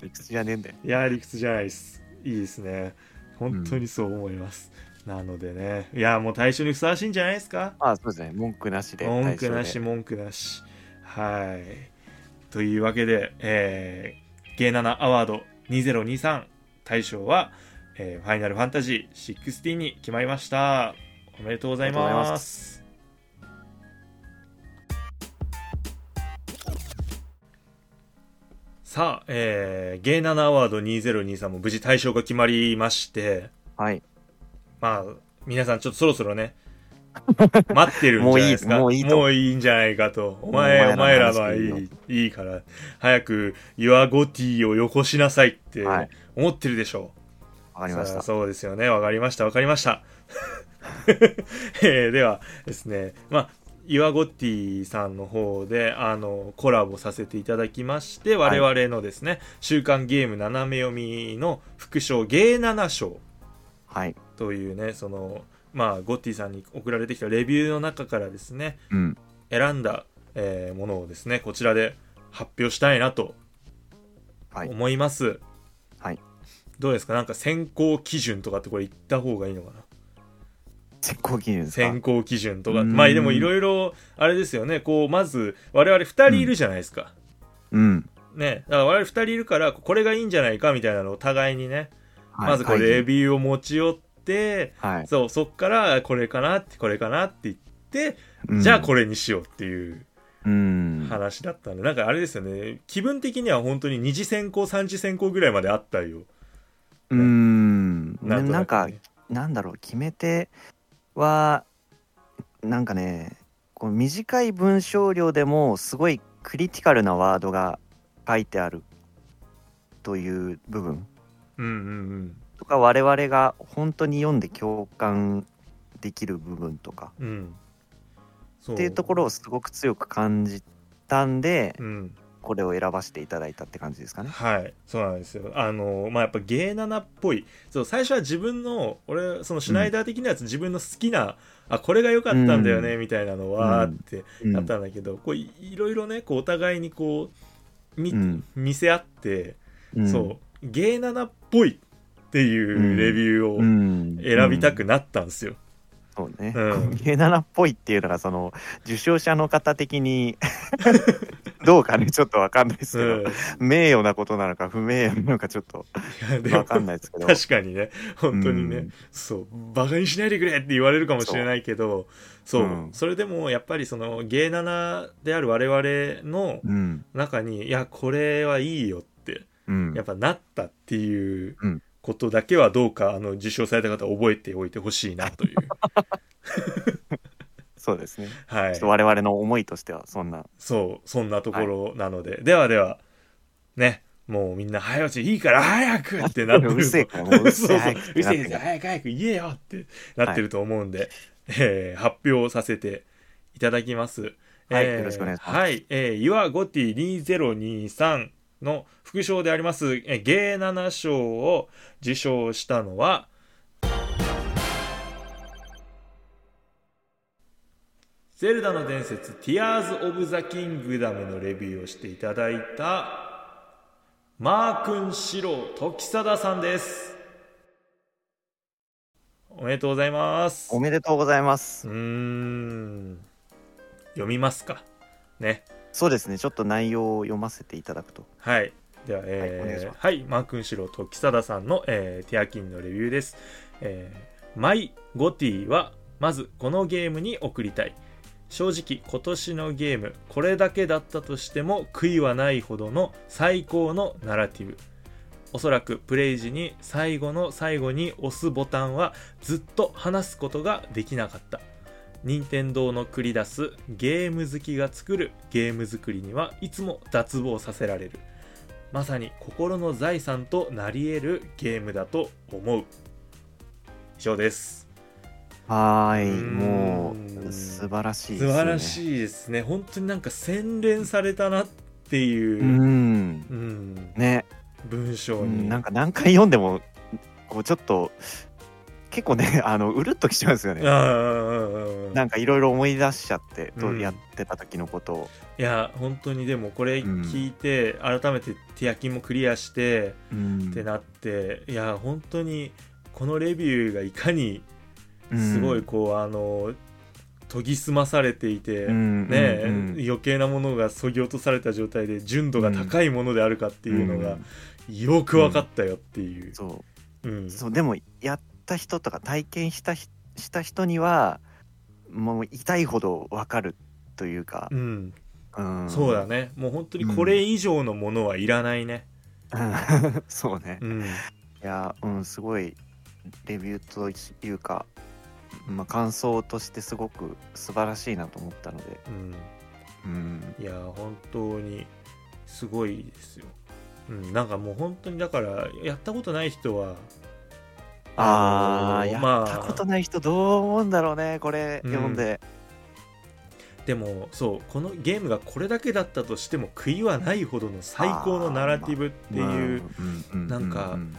B: 理屈じゃねえんだよ
A: いやー理屈じゃないですいいですね本当にそう思います、なのでねいやーもう対象にふさわしいんじゃないですか
B: まあそうですね文句なしで
A: 文句な
B: 対象
A: し
B: で
A: 文句なしはいというわけで、えー、ゲイナナアワード2023大賞は、えーファイナルファンタジー16に決まりましたおめでとうござい
B: ありがとうござい
A: ま
B: ます
A: さあ、えー、ゲイナナアワード2023も無事大賞が決まりまして
B: はい
A: まあ、皆さんちょっとそろそ ろね、待ってるんじゃないですか。
B: もういいもういいと
A: んじゃないかと。お前、お
B: お前
A: 前ら
B: ら
A: の
B: の
A: は
B: 話
A: い
B: でいいよ
A: い、いいから、早く、Your Gotti をよこしなさいって
B: はい
A: 思ってるでしょう。
B: わかりまし
A: さあ
B: た
A: そうですよね。わかりました、わかり ました。えーではですね、まあ、イワゴッティさんの方であのコラボさせていただきまして我々のですね、週刊ゲーム斜め読みの副賞ゲー7賞
B: はい
A: というねそのまあゴッティさんに送られてきたレビューの中からですね
B: うん
A: 選んだ、えーものをですねこちらで発表したいなと
B: はい
A: 思います
B: はい
A: どうですかなんか選考基準とかってこれ言った方がいいのかな
B: 石膏基準ですか
A: 選考基準とか
B: うん
A: まあでもいろいろあれですよねこうまず我々2人いるじゃないですか、
B: うん、
A: ねだから我々2人いるからこれがいいんじゃないかみたいなのをお互いにね、まずこれレ
B: れ
A: ビューを持ち寄って
B: はい、
A: そうそっからこれかなってこれかなって言って
B: うん
A: じゃあこれにしようっていう
B: うん
A: 話だったんで、なんかあれですよね、気分的には本当に二次選考、三次選考ぐらいまであったよ。
B: うーん
A: な
B: なん
A: と
B: なん
A: く
B: か
A: ね
B: なんだろう決め手はなんかねこう短い文章量でもすごいクリティカルなワードが書いてあるという部分
A: うんうん
B: とか我々が本当に読んで共感できる部分とか
A: うん。うん。そ
B: っていうところをすごく強く感じたんで
A: うん。
B: これを選ばせていただいたって感じですかね。
A: はい。そうなんですよ。あの、まあ、やっぱゲイナナっぽい。そう、最初は自分の、俺、そのシュナイダー的なやつ、自分の好きな、あ、これが良かったんだよね、みたいなのは、
B: うん
A: って
B: うん
A: あったんだけど、こうい、いろいろね、こう、お互いにこう、み、
B: うん
A: 見せ合って、
B: うん
A: そう、ゲイナナっぽいっていうレビューを、
B: うん
A: 選びた
B: う
A: く
B: ん
A: なったんですよ。
B: そうね、
A: うん
B: ゲナナっぽいっていうのがその受賞者の方的に どうかねちょっとわかんないですけ
A: う
B: ど、
A: ん、い
B: 名誉なことなのか不名誉なのかちょっと
A: やで
B: わ
A: も
B: かんないですけど
A: 確かにね本当にね、
B: うん
A: そうバカにしないでくれって言われるかもしれないけどそう、
B: うん
A: それでもやっぱりその芸7である我々の
B: うん
A: 中にいやこれはいいよって
B: うん
A: やっぱなったっていう
B: うん
A: ことだけはどうかあの受賞された方覚えておいてほしい なという
B: そうですね、
A: は
B: ちょ
A: い
B: っと我々の思いとしてはそんな
A: そうそんなところなので、ではではねもうみんな早落ちいいから早くってなってる
B: うるせえからもううる
A: そ
B: せえ
A: う そう
B: 早く
A: うるせえぜ早く早く言えよってなってると思うんで、えー発表させていただきます。
B: はい
A: えー
B: よろしくお願いします
A: はい、えー、Your Gotti 2023の副賞であります、えー芸7賞を受賞したのは、ゼルダの伝説、ティアーズ・オブ・ザ・キングダムのレビューをしていただいた、マー君・シロー・時貞さんです。おめでとうございます。
B: おめでとうございます
A: うーん読みますかね
B: そうですねちょっと内容を読ませていただくと
A: はいでは、
B: はいお願いし
A: えー
B: ます
A: はい、マー君シロと木貞さんの、えーティアキンのレビューです、えーマイ・ゴティはまずこのゲームに送りたい正直今年のゲームこれだけだったとしても悔いはないほどの最高のナラティブおそらくプレイ時に最後の最後に押すボタンはずっと話すことができなかった任天堂の繰り出すゲーム好きが作るゲーム作りにはいつも脱帽させられるまさに心の財産となり得るゲームだと思う以上です
B: はー
A: う
B: い
A: ーん
B: もう素晴らしいです、
A: 素
B: ね、
A: 晴らしいですね本当になんか洗練されたなっていうう、
B: ん
A: うん
B: ね、
A: 文章
B: うん
A: に
B: なんか何回読んでもこうちょっと結構ね あのうるっときちゃうんですよ
A: あ
B: ね
A: ー
B: なんかいろいろ思い出しちゃって、と
A: うん
B: やってた時のことを、
A: いや本当にでもこれ
B: うん
A: 聞いて、改めて手焼きもクリアして
B: うん
A: ってなっていや本当にこのレビューがいかにすごいこう、あの研ぎ澄まされていて、
B: うん
A: ねえ、
B: うんうん
A: 余計なものがそぎ落とされた状態で純度が高いものであるかっていうのが
B: ん
A: よく分かったよっていう。
B: そ
A: うん
B: うそうでもやった人とか体験したひした人にはもう痛いほど分かるというか
A: う、ん
B: うん
A: そうだねもう本当にこれ以上のものはいらないね、
B: うん そうね、
A: うん
B: いやうんすごいレビューというか、まあ、感想としてすごく素晴らしいなと思ったので、
A: うん
B: うん、
A: いや本当にすごいですよ、うん、なんかもう本当にだからやったことない人は
B: あ
A: あ
B: あ
A: のー
B: や
A: まあ
B: ったことない人どう思うんだろうねこれ
A: うん
B: 読んで、
A: でもそうこのゲームがこれだけだったとしても悔いはないほどの最高のナラティブっていう、
B: うん
A: なんか
B: うん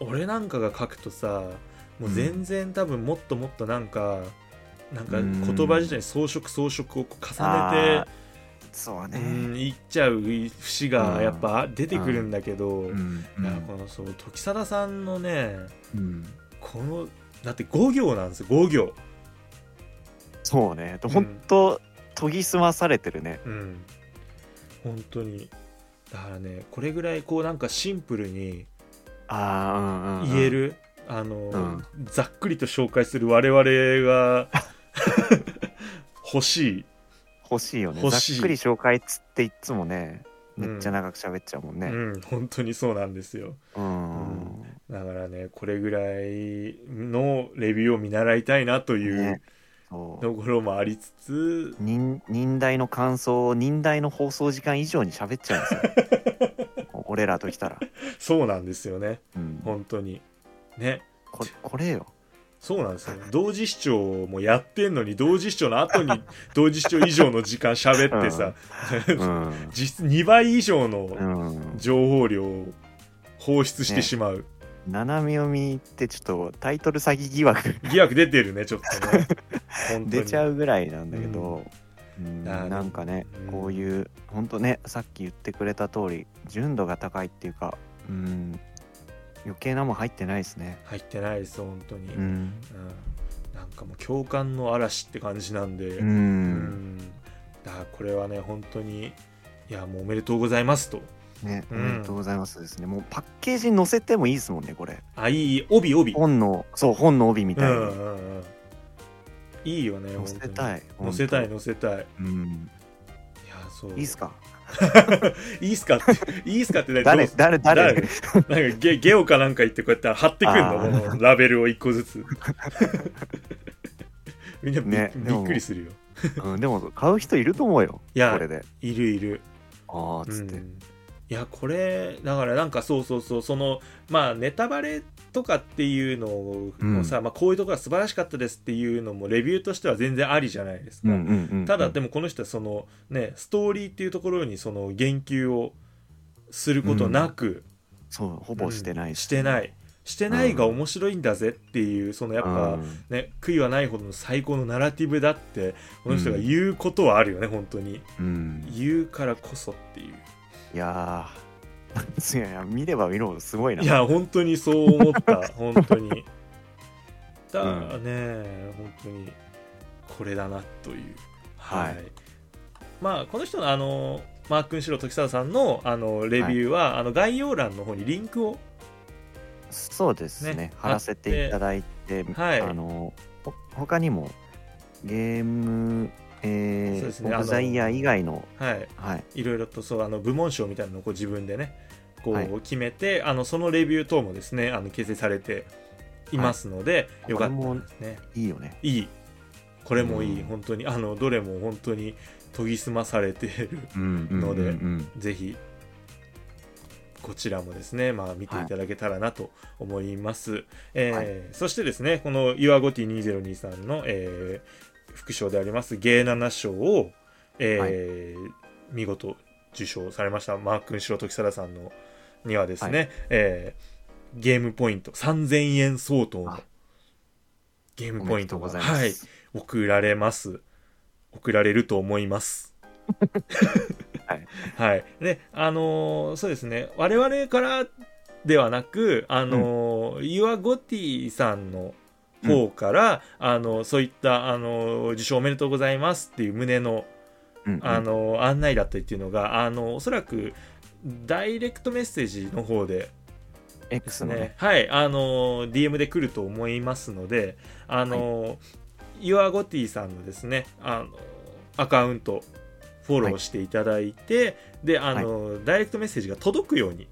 A: 俺なんかが書くとさもう全然多分もっともっとなんか、なんか
B: うん
A: 言葉自体に装飾装飾をこう重ね
B: あーそう
A: て、
B: ね、
A: うん、いっちゃう節がやっぱ出てくるんだけど、
B: うん
A: いやこのそう時貞さんのね
B: うん
A: このだって5行なんですよ5行、
B: そうね
A: ん
B: ほんと研ぎ澄まされてるね
A: うん、本当にだからねこれぐらいこうなんかシンプルに
B: ああ、うんうんうん
A: 言える、あの、
B: ん
A: ざっくりと紹介する我々 が欲しい、
B: 欲しいよね
A: 欲
B: ざっ
A: しい
B: くり紹介っつっていつもね
A: うん
B: めっちゃ長く喋っちゃうもんね
A: うん、本当にそうなんですよ
B: うん、
A: だからねこれぐらいのレビューを見習いたいなという
B: ねそう
A: ところもありつつ、
B: 忍忍耐の感想を忍耐の放送時間以上に喋っちゃうんですよ 俺らときたら、
A: そうなんですよね
B: うん、
A: 本当にね
B: ここれよ
A: そうなん ですよ同時視聴もやってんのに同時視聴の後に同時視聴以上の時間喋ってさ、
B: うん、
A: 実2倍以上の
B: うん、
A: 情報量を放出してしまう、
B: 斜め読みってちょっとタイトル詐欺疑惑
A: 疑惑出てるねちょっ とね本当に
B: 出ちゃうぐらいなんだけど、うん
A: あー
B: なんかね、
A: うん
B: こういう本当ねさっき言ってくれた通り純度が高いっていうか、うん、余計なもん入ってないですね。
A: 入ってないです本当に、
B: う
A: うん
B: ん、
A: なんかもう共感の嵐って感じなんで、
B: う
A: うんだからこれはね本当にいやもうおめでとうございますと
B: ね、
A: うん
B: ありがとうございますですねもうパッケージに載せてもいいですもんねこれ
A: あいい帯帯
B: 本のそう本の帯み
A: う
B: たい
A: ん
B: に
A: うんうんいいよね
B: 載せた
A: い
B: い、
A: 載せたい
B: 本
A: 載せたいいや
B: 当、うん、
A: そう
B: いいっすか
A: いいっすか っていいっすかって何
B: 誰
A: どう
B: 誰誰
A: 誰なんかゲゲオかなんか言ってこうやって貼ってくる
B: あ
A: の
B: ー
A: このラベルを一個ず つみんなび,、
B: ね
A: び
B: でも
A: っくりするよ
B: うん、でも買う人いると思うよ
A: いや
B: これで
A: いるいる
B: ああっつって、
A: うんいやこれだからなんかそうそうそうそのまあネタバレとかっていうのを
B: うん
A: さ、まあ、こういうとこが素晴らしかったですっていうのもレビューとしては全然ありじゃないですか、ただで
B: も
A: もこの人はそのねストーリーっていうところにその言及をすることなく、
B: そうほぼしてない、
A: うんしてないしてないが面白いんだぜっていうそのやっぱ、
B: うん
A: ね、悔いはないほどの最高のナラティブだってこの人が言うことはあるよね、本当に
B: うん
A: 言うからこそっていう
B: いやーなんですよいや見れば見るほどすごいない
A: や本当にそう思った 本当にだ
B: うん
A: ね、本当にこれだなという
B: はい
A: まあこの人のあのマー君シロ時貞さんのあのレビューは、あの概要欄の方にリンクを
B: そうですね
A: ね
B: 貼らせていただいて、
A: はい
B: あのほ他にもゲーム、え
A: そうですね
B: ー、オブザイヤー以外の
A: はい
B: はい、
A: いろいろとそうあの部門賞みたいなのをこう自分でねこ
B: はいう
A: 決めて、あのそのレビュー等もですねあの形成されていますので、
B: い
A: よかっ
B: これ
A: た
B: も
A: ですね
B: いいよね
A: いいこれもいい、
B: うん
A: 本当にあのどれも本当に研ぎ澄まされているのでぜひこちらもですね、まあ、見ていただけたらなと思います、えー
B: は
A: そしてですねこの YourGoty2023 の、えー副賞であります芸7賞を、えー見事受賞されましたマー君白時貞さんのにはですね、
B: は
A: えーゲームポイント3000円相当の
B: あ
A: ゲー
B: お
A: ム
B: め
A: ポイ
B: で
A: ン
B: と
A: ト
B: うご
A: が
B: ざいます、
A: はい、送られます送られると思います
B: はい、
A: はい、であのーそうですね我々からではなくあのー、ユアゴティさんの方から、あのそういった、あのー受賞おめでとうございますっていう旨の、
B: うんうん
A: あのー案内だったりっていうのが、あのーおそらくダイレクトメッセージの方で
B: X の
A: ね
B: ね、
A: はい、あのー DM で来ると思いますので、あのー、ユアゴティさんのですね、あのーアカウント、フォローしていただいて、で、あのーダイレクトメッセージが届くように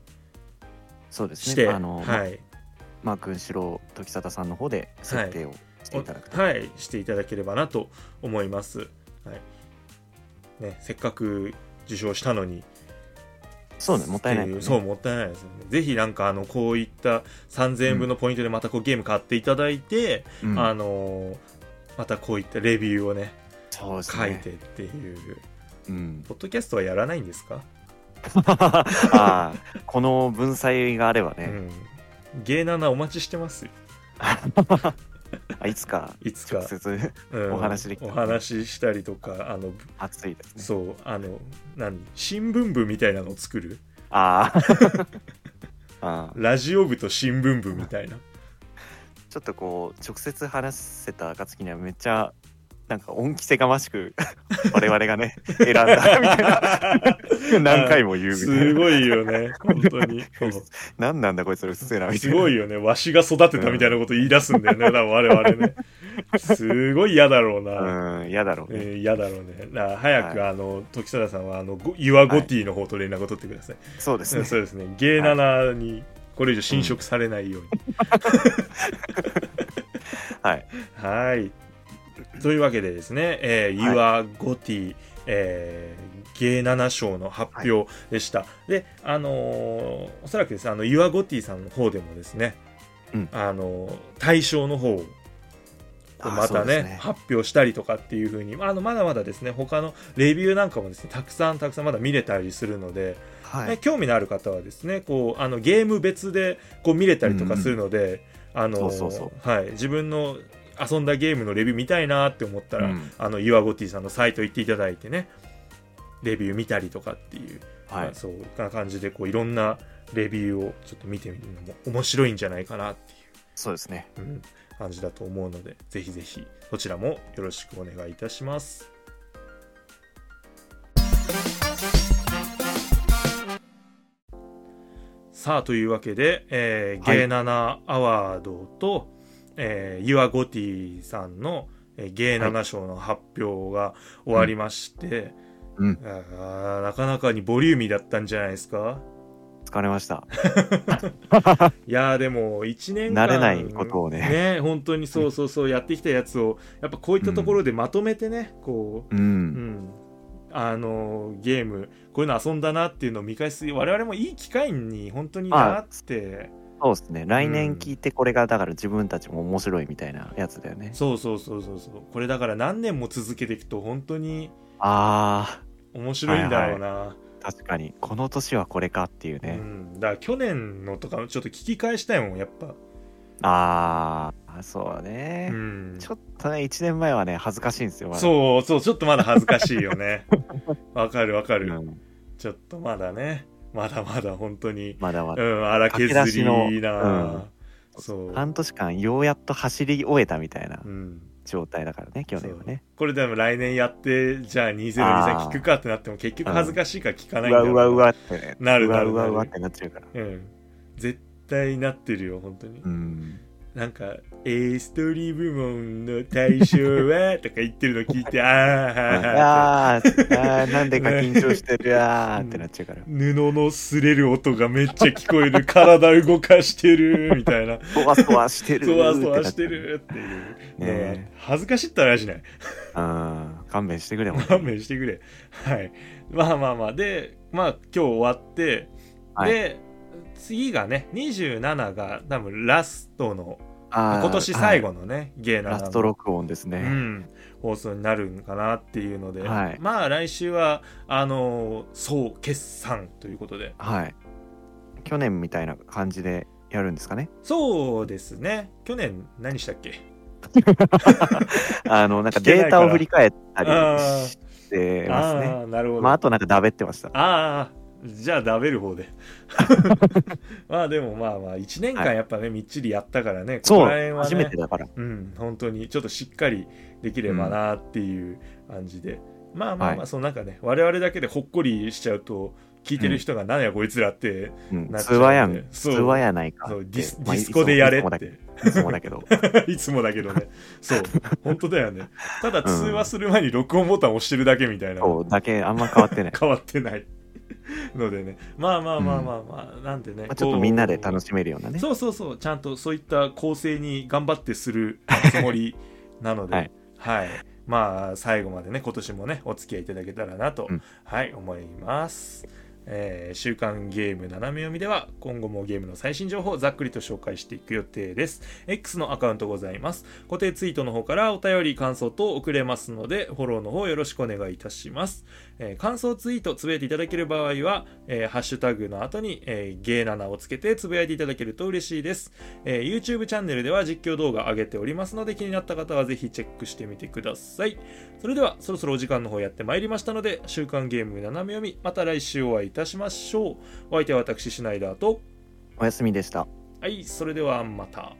B: そうですね
A: して、
B: あの、
A: はい、
B: マー君白時貞さんの方で設定をしていただくと、
A: はい、していただければなと思います。はい。ね、せっかく受賞したのに、
B: そうねもったいない
A: っ
B: から
A: てう
B: ね
A: そうもったいないですよねぜひなんかあのこういった3000円分のポイントでまたこうゲーム買っていただいて、
B: うん
A: あのーまたこういったレビューをね
B: そうですね
A: 書いてっていう
B: うん
A: ポッドキャストはやらないんですか、
B: あーこの文才があれば
A: う
B: ね、
A: ん、芸ナナお待ちしてますよ
B: あいつか
A: いつか
B: 直、 接
A: うん
B: お話できた
A: お
B: ら
A: 話ししたりとかあの
B: 熱いですね
A: そうあの何新聞部みたいなのを作る
B: あ ーあー
A: ラジオ部と新聞部みたいな
B: ちょっとこう直接話せた暁にはめっちゃなんか恩着せがまし く我々がね選んだ みたいな何回も言うみたいな
A: すごいよね本当にそう
B: 何なんだこいつらうっせえなみたい
A: す
B: な
A: ごいよねわしが育てたみたいなこと言い出すんだよね、多分我々 ねすごい嫌だろうな、
B: うん嫌だろうね、
A: えー嫌だろうね。だから早く、
B: は
A: あの時貞さんはあのごユアゴティの方と連絡を取ってください。
B: そうです
A: うん
B: ね
A: そうですね。ゲイナナにこれ以上侵食されないように。
B: はい
A: はい。というわけでですね、えー
B: はい
A: ユアゴティ、えーゲイナナ賞の発表でした。で、あのーおそらくですねあのユアゴティさんの方でもですね、
B: うん
A: あのー大賞の方を
B: あー
A: ま
B: そ
A: た
B: うで
A: ね
B: すね
A: 発表したりとかっていう風にあのまだまだですね他のレビューなんかもですねたくさんたくさんまだ見れたりするので、
B: は
A: ね
B: い
A: 興味のある方はですねこうあのゲーム別でこう見れたりとかするので、あの
B: そうそう
A: はい自分の遊んだゲームのレビュー見たいなって思ったら、
B: うん
A: あのユアゴティさんのサイト行っていただいてねレビュー見たりとかっていう、
B: は
A: ま
B: い
A: あ、そうな感じでこういろんなレビューをちょっと見てみるのも面白いんじゃないかなっていう。
B: そうですね
A: うん、感じだと思うので、ぜひぜひそちらもよろしくお願いいたします。さあというわけで、えー
B: はい
A: ゲイナナアワードと、えーユアゴティさんの、えーゲイナナ賞の発表が終わりまして、
B: うん
A: あーなかなかにボリューミーだったんじゃないですか
B: 疲れました
A: いやーでも1年間
B: 慣れないことをね
A: ね本当にそうそうそうやってきたやつをやっぱこういったところでまとめてね、こ
B: う
A: う、うんん、あのゲームこういうの遊んだなっていうのを見返す我々もいい機会に本当になって
B: そうですね。来年聞いてこれがだから自分たちも面白いみたいなやつだよね。
A: そうそうそうそうそうこれだから何年も続けていくと本当に
B: あ
A: 面白いんだろうな、
B: あ、確かに。この年はこれかっていうね
A: う。ん、だから去年のとかちょっと聞き返したいもんやっぱ、
B: ああ、そうね
A: う。ん、
B: ちょっとね、1年前はね、恥ずかしいんですよ。まだ
A: そうそうちょっとまだ恥ずかしいよ ねわかるわか
B: う
A: る、
B: ん
A: ちょっとまだねまだまだ本当に
B: まだま
A: う
B: だ。
A: ん荒削りな、
B: 駆け出しの
A: そう、
B: 半年間、ようやっと走り終えたみたいな
A: うん、
B: 状態だからね、去年はね。
A: これでも来年やってじゃあ2023
B: あー
A: 聞くかってなっても結局恥ずかしいから聞か
B: う
A: ないんだ
B: わ
A: よ
B: うわうわってね。
A: なる
B: う
A: な
B: わ
A: る
B: うわうわっ
A: なる
B: てなっちゃうから。
A: うん絶対なってるよ本当に、
B: うん。
A: なんか「えー、ストーリー部門の対象は?」とか言ってるの聞 いて「あーはーはーって
B: あーあー、なんでか緊張して るやーってなっちゃうから。
A: 布の擦れる音がめっちゃ聞こえる体動かしてるみたいな
B: そわそわしてるー
A: そ
B: ってな
A: わ
B: っちゃう。
A: そわしてるっていうのは
B: ね
A: 恥ずかしいったらしない
B: うん。勘弁してくれもん。
A: 勘弁してくれはいまあまあまあでまあ今日終わって、
B: はい
A: で次がね27が多分ラストの
B: あー
A: 今年最後のね、ゲ
B: は
A: ーナ
B: い
A: ー
B: ラスト録音ですね。
A: うん、放送になるんかなっていうので、
B: はい
A: まあ来週はあのー総決算ということで
B: はい。去年みたいな感じでやるんですかね。
A: そうですね去年何したっけ
B: あの、なんか
A: 聞けない
B: データを振り返ったり
A: あ
B: して
A: ー
B: ますね。
A: あーなるほど、
B: まあ、あとなんかだべってました。
A: ああじゃあダべる方で まあでもまあまあ1年間やっぱね、みっちりやったからねこ
B: そ
A: こ
B: う、
A: ら辺は、ね、
B: 初めてだから。
A: うん本当にちょっとしっかりできればなっていう感じで、まあまあま
B: は
A: あ
B: い
A: その中ね我々だけでほっこりしちゃうと聞いてる人が何やこいつらって、
B: うん、
A: なっちゃ
B: 通
A: うんで
B: 話やん。通
A: そう
B: 話やないか。
A: そうディス
B: まあ
A: ディスコでやれ
B: いつも
A: っ
B: だ
A: て
B: いつもだけど。
A: いつもだけどね。そう。本当だよね。ただ通話する前に録音ボタンを押してるだけみたいな。
B: そう、だけあんま変わ ってない。
A: 変わってない。のでね。まあまあまあまあまあ、なんでね。
B: まあ、ちょっとみんなで楽
A: し
B: しめるようなね。
A: そうそうそう。ちゃんとそういった構成に頑張ってす るつもりなので。は
B: はいい。
A: まあ、最後までね、今年もね、お付き合いいただけたらなと、
B: うん
A: はい、思います。えー週刊ゲーム斜め読みでは今後もゲームの最新情報をざっくりと紹介していく予定です X のアカウントございます固定ツイートの方からお便り感想等送れますのでフォローの方よろしくお願いいたします、えー感想ツイートつぶやいていただける場合は、えーハッシュタグの後に、えーゲーナナをつけてつぶやいていただけると嬉しいです、えー YouTube チャンネルでは実況動画上げておりますので気になった方はぜひチェックしてみてくださいそれではそろそろお時間の方やってまいりましたので週刊ゲーム斜め読みまた来週お会いいたしましょうお相手は私シュナイダーと
B: おやすみでした。
A: はいそれではまた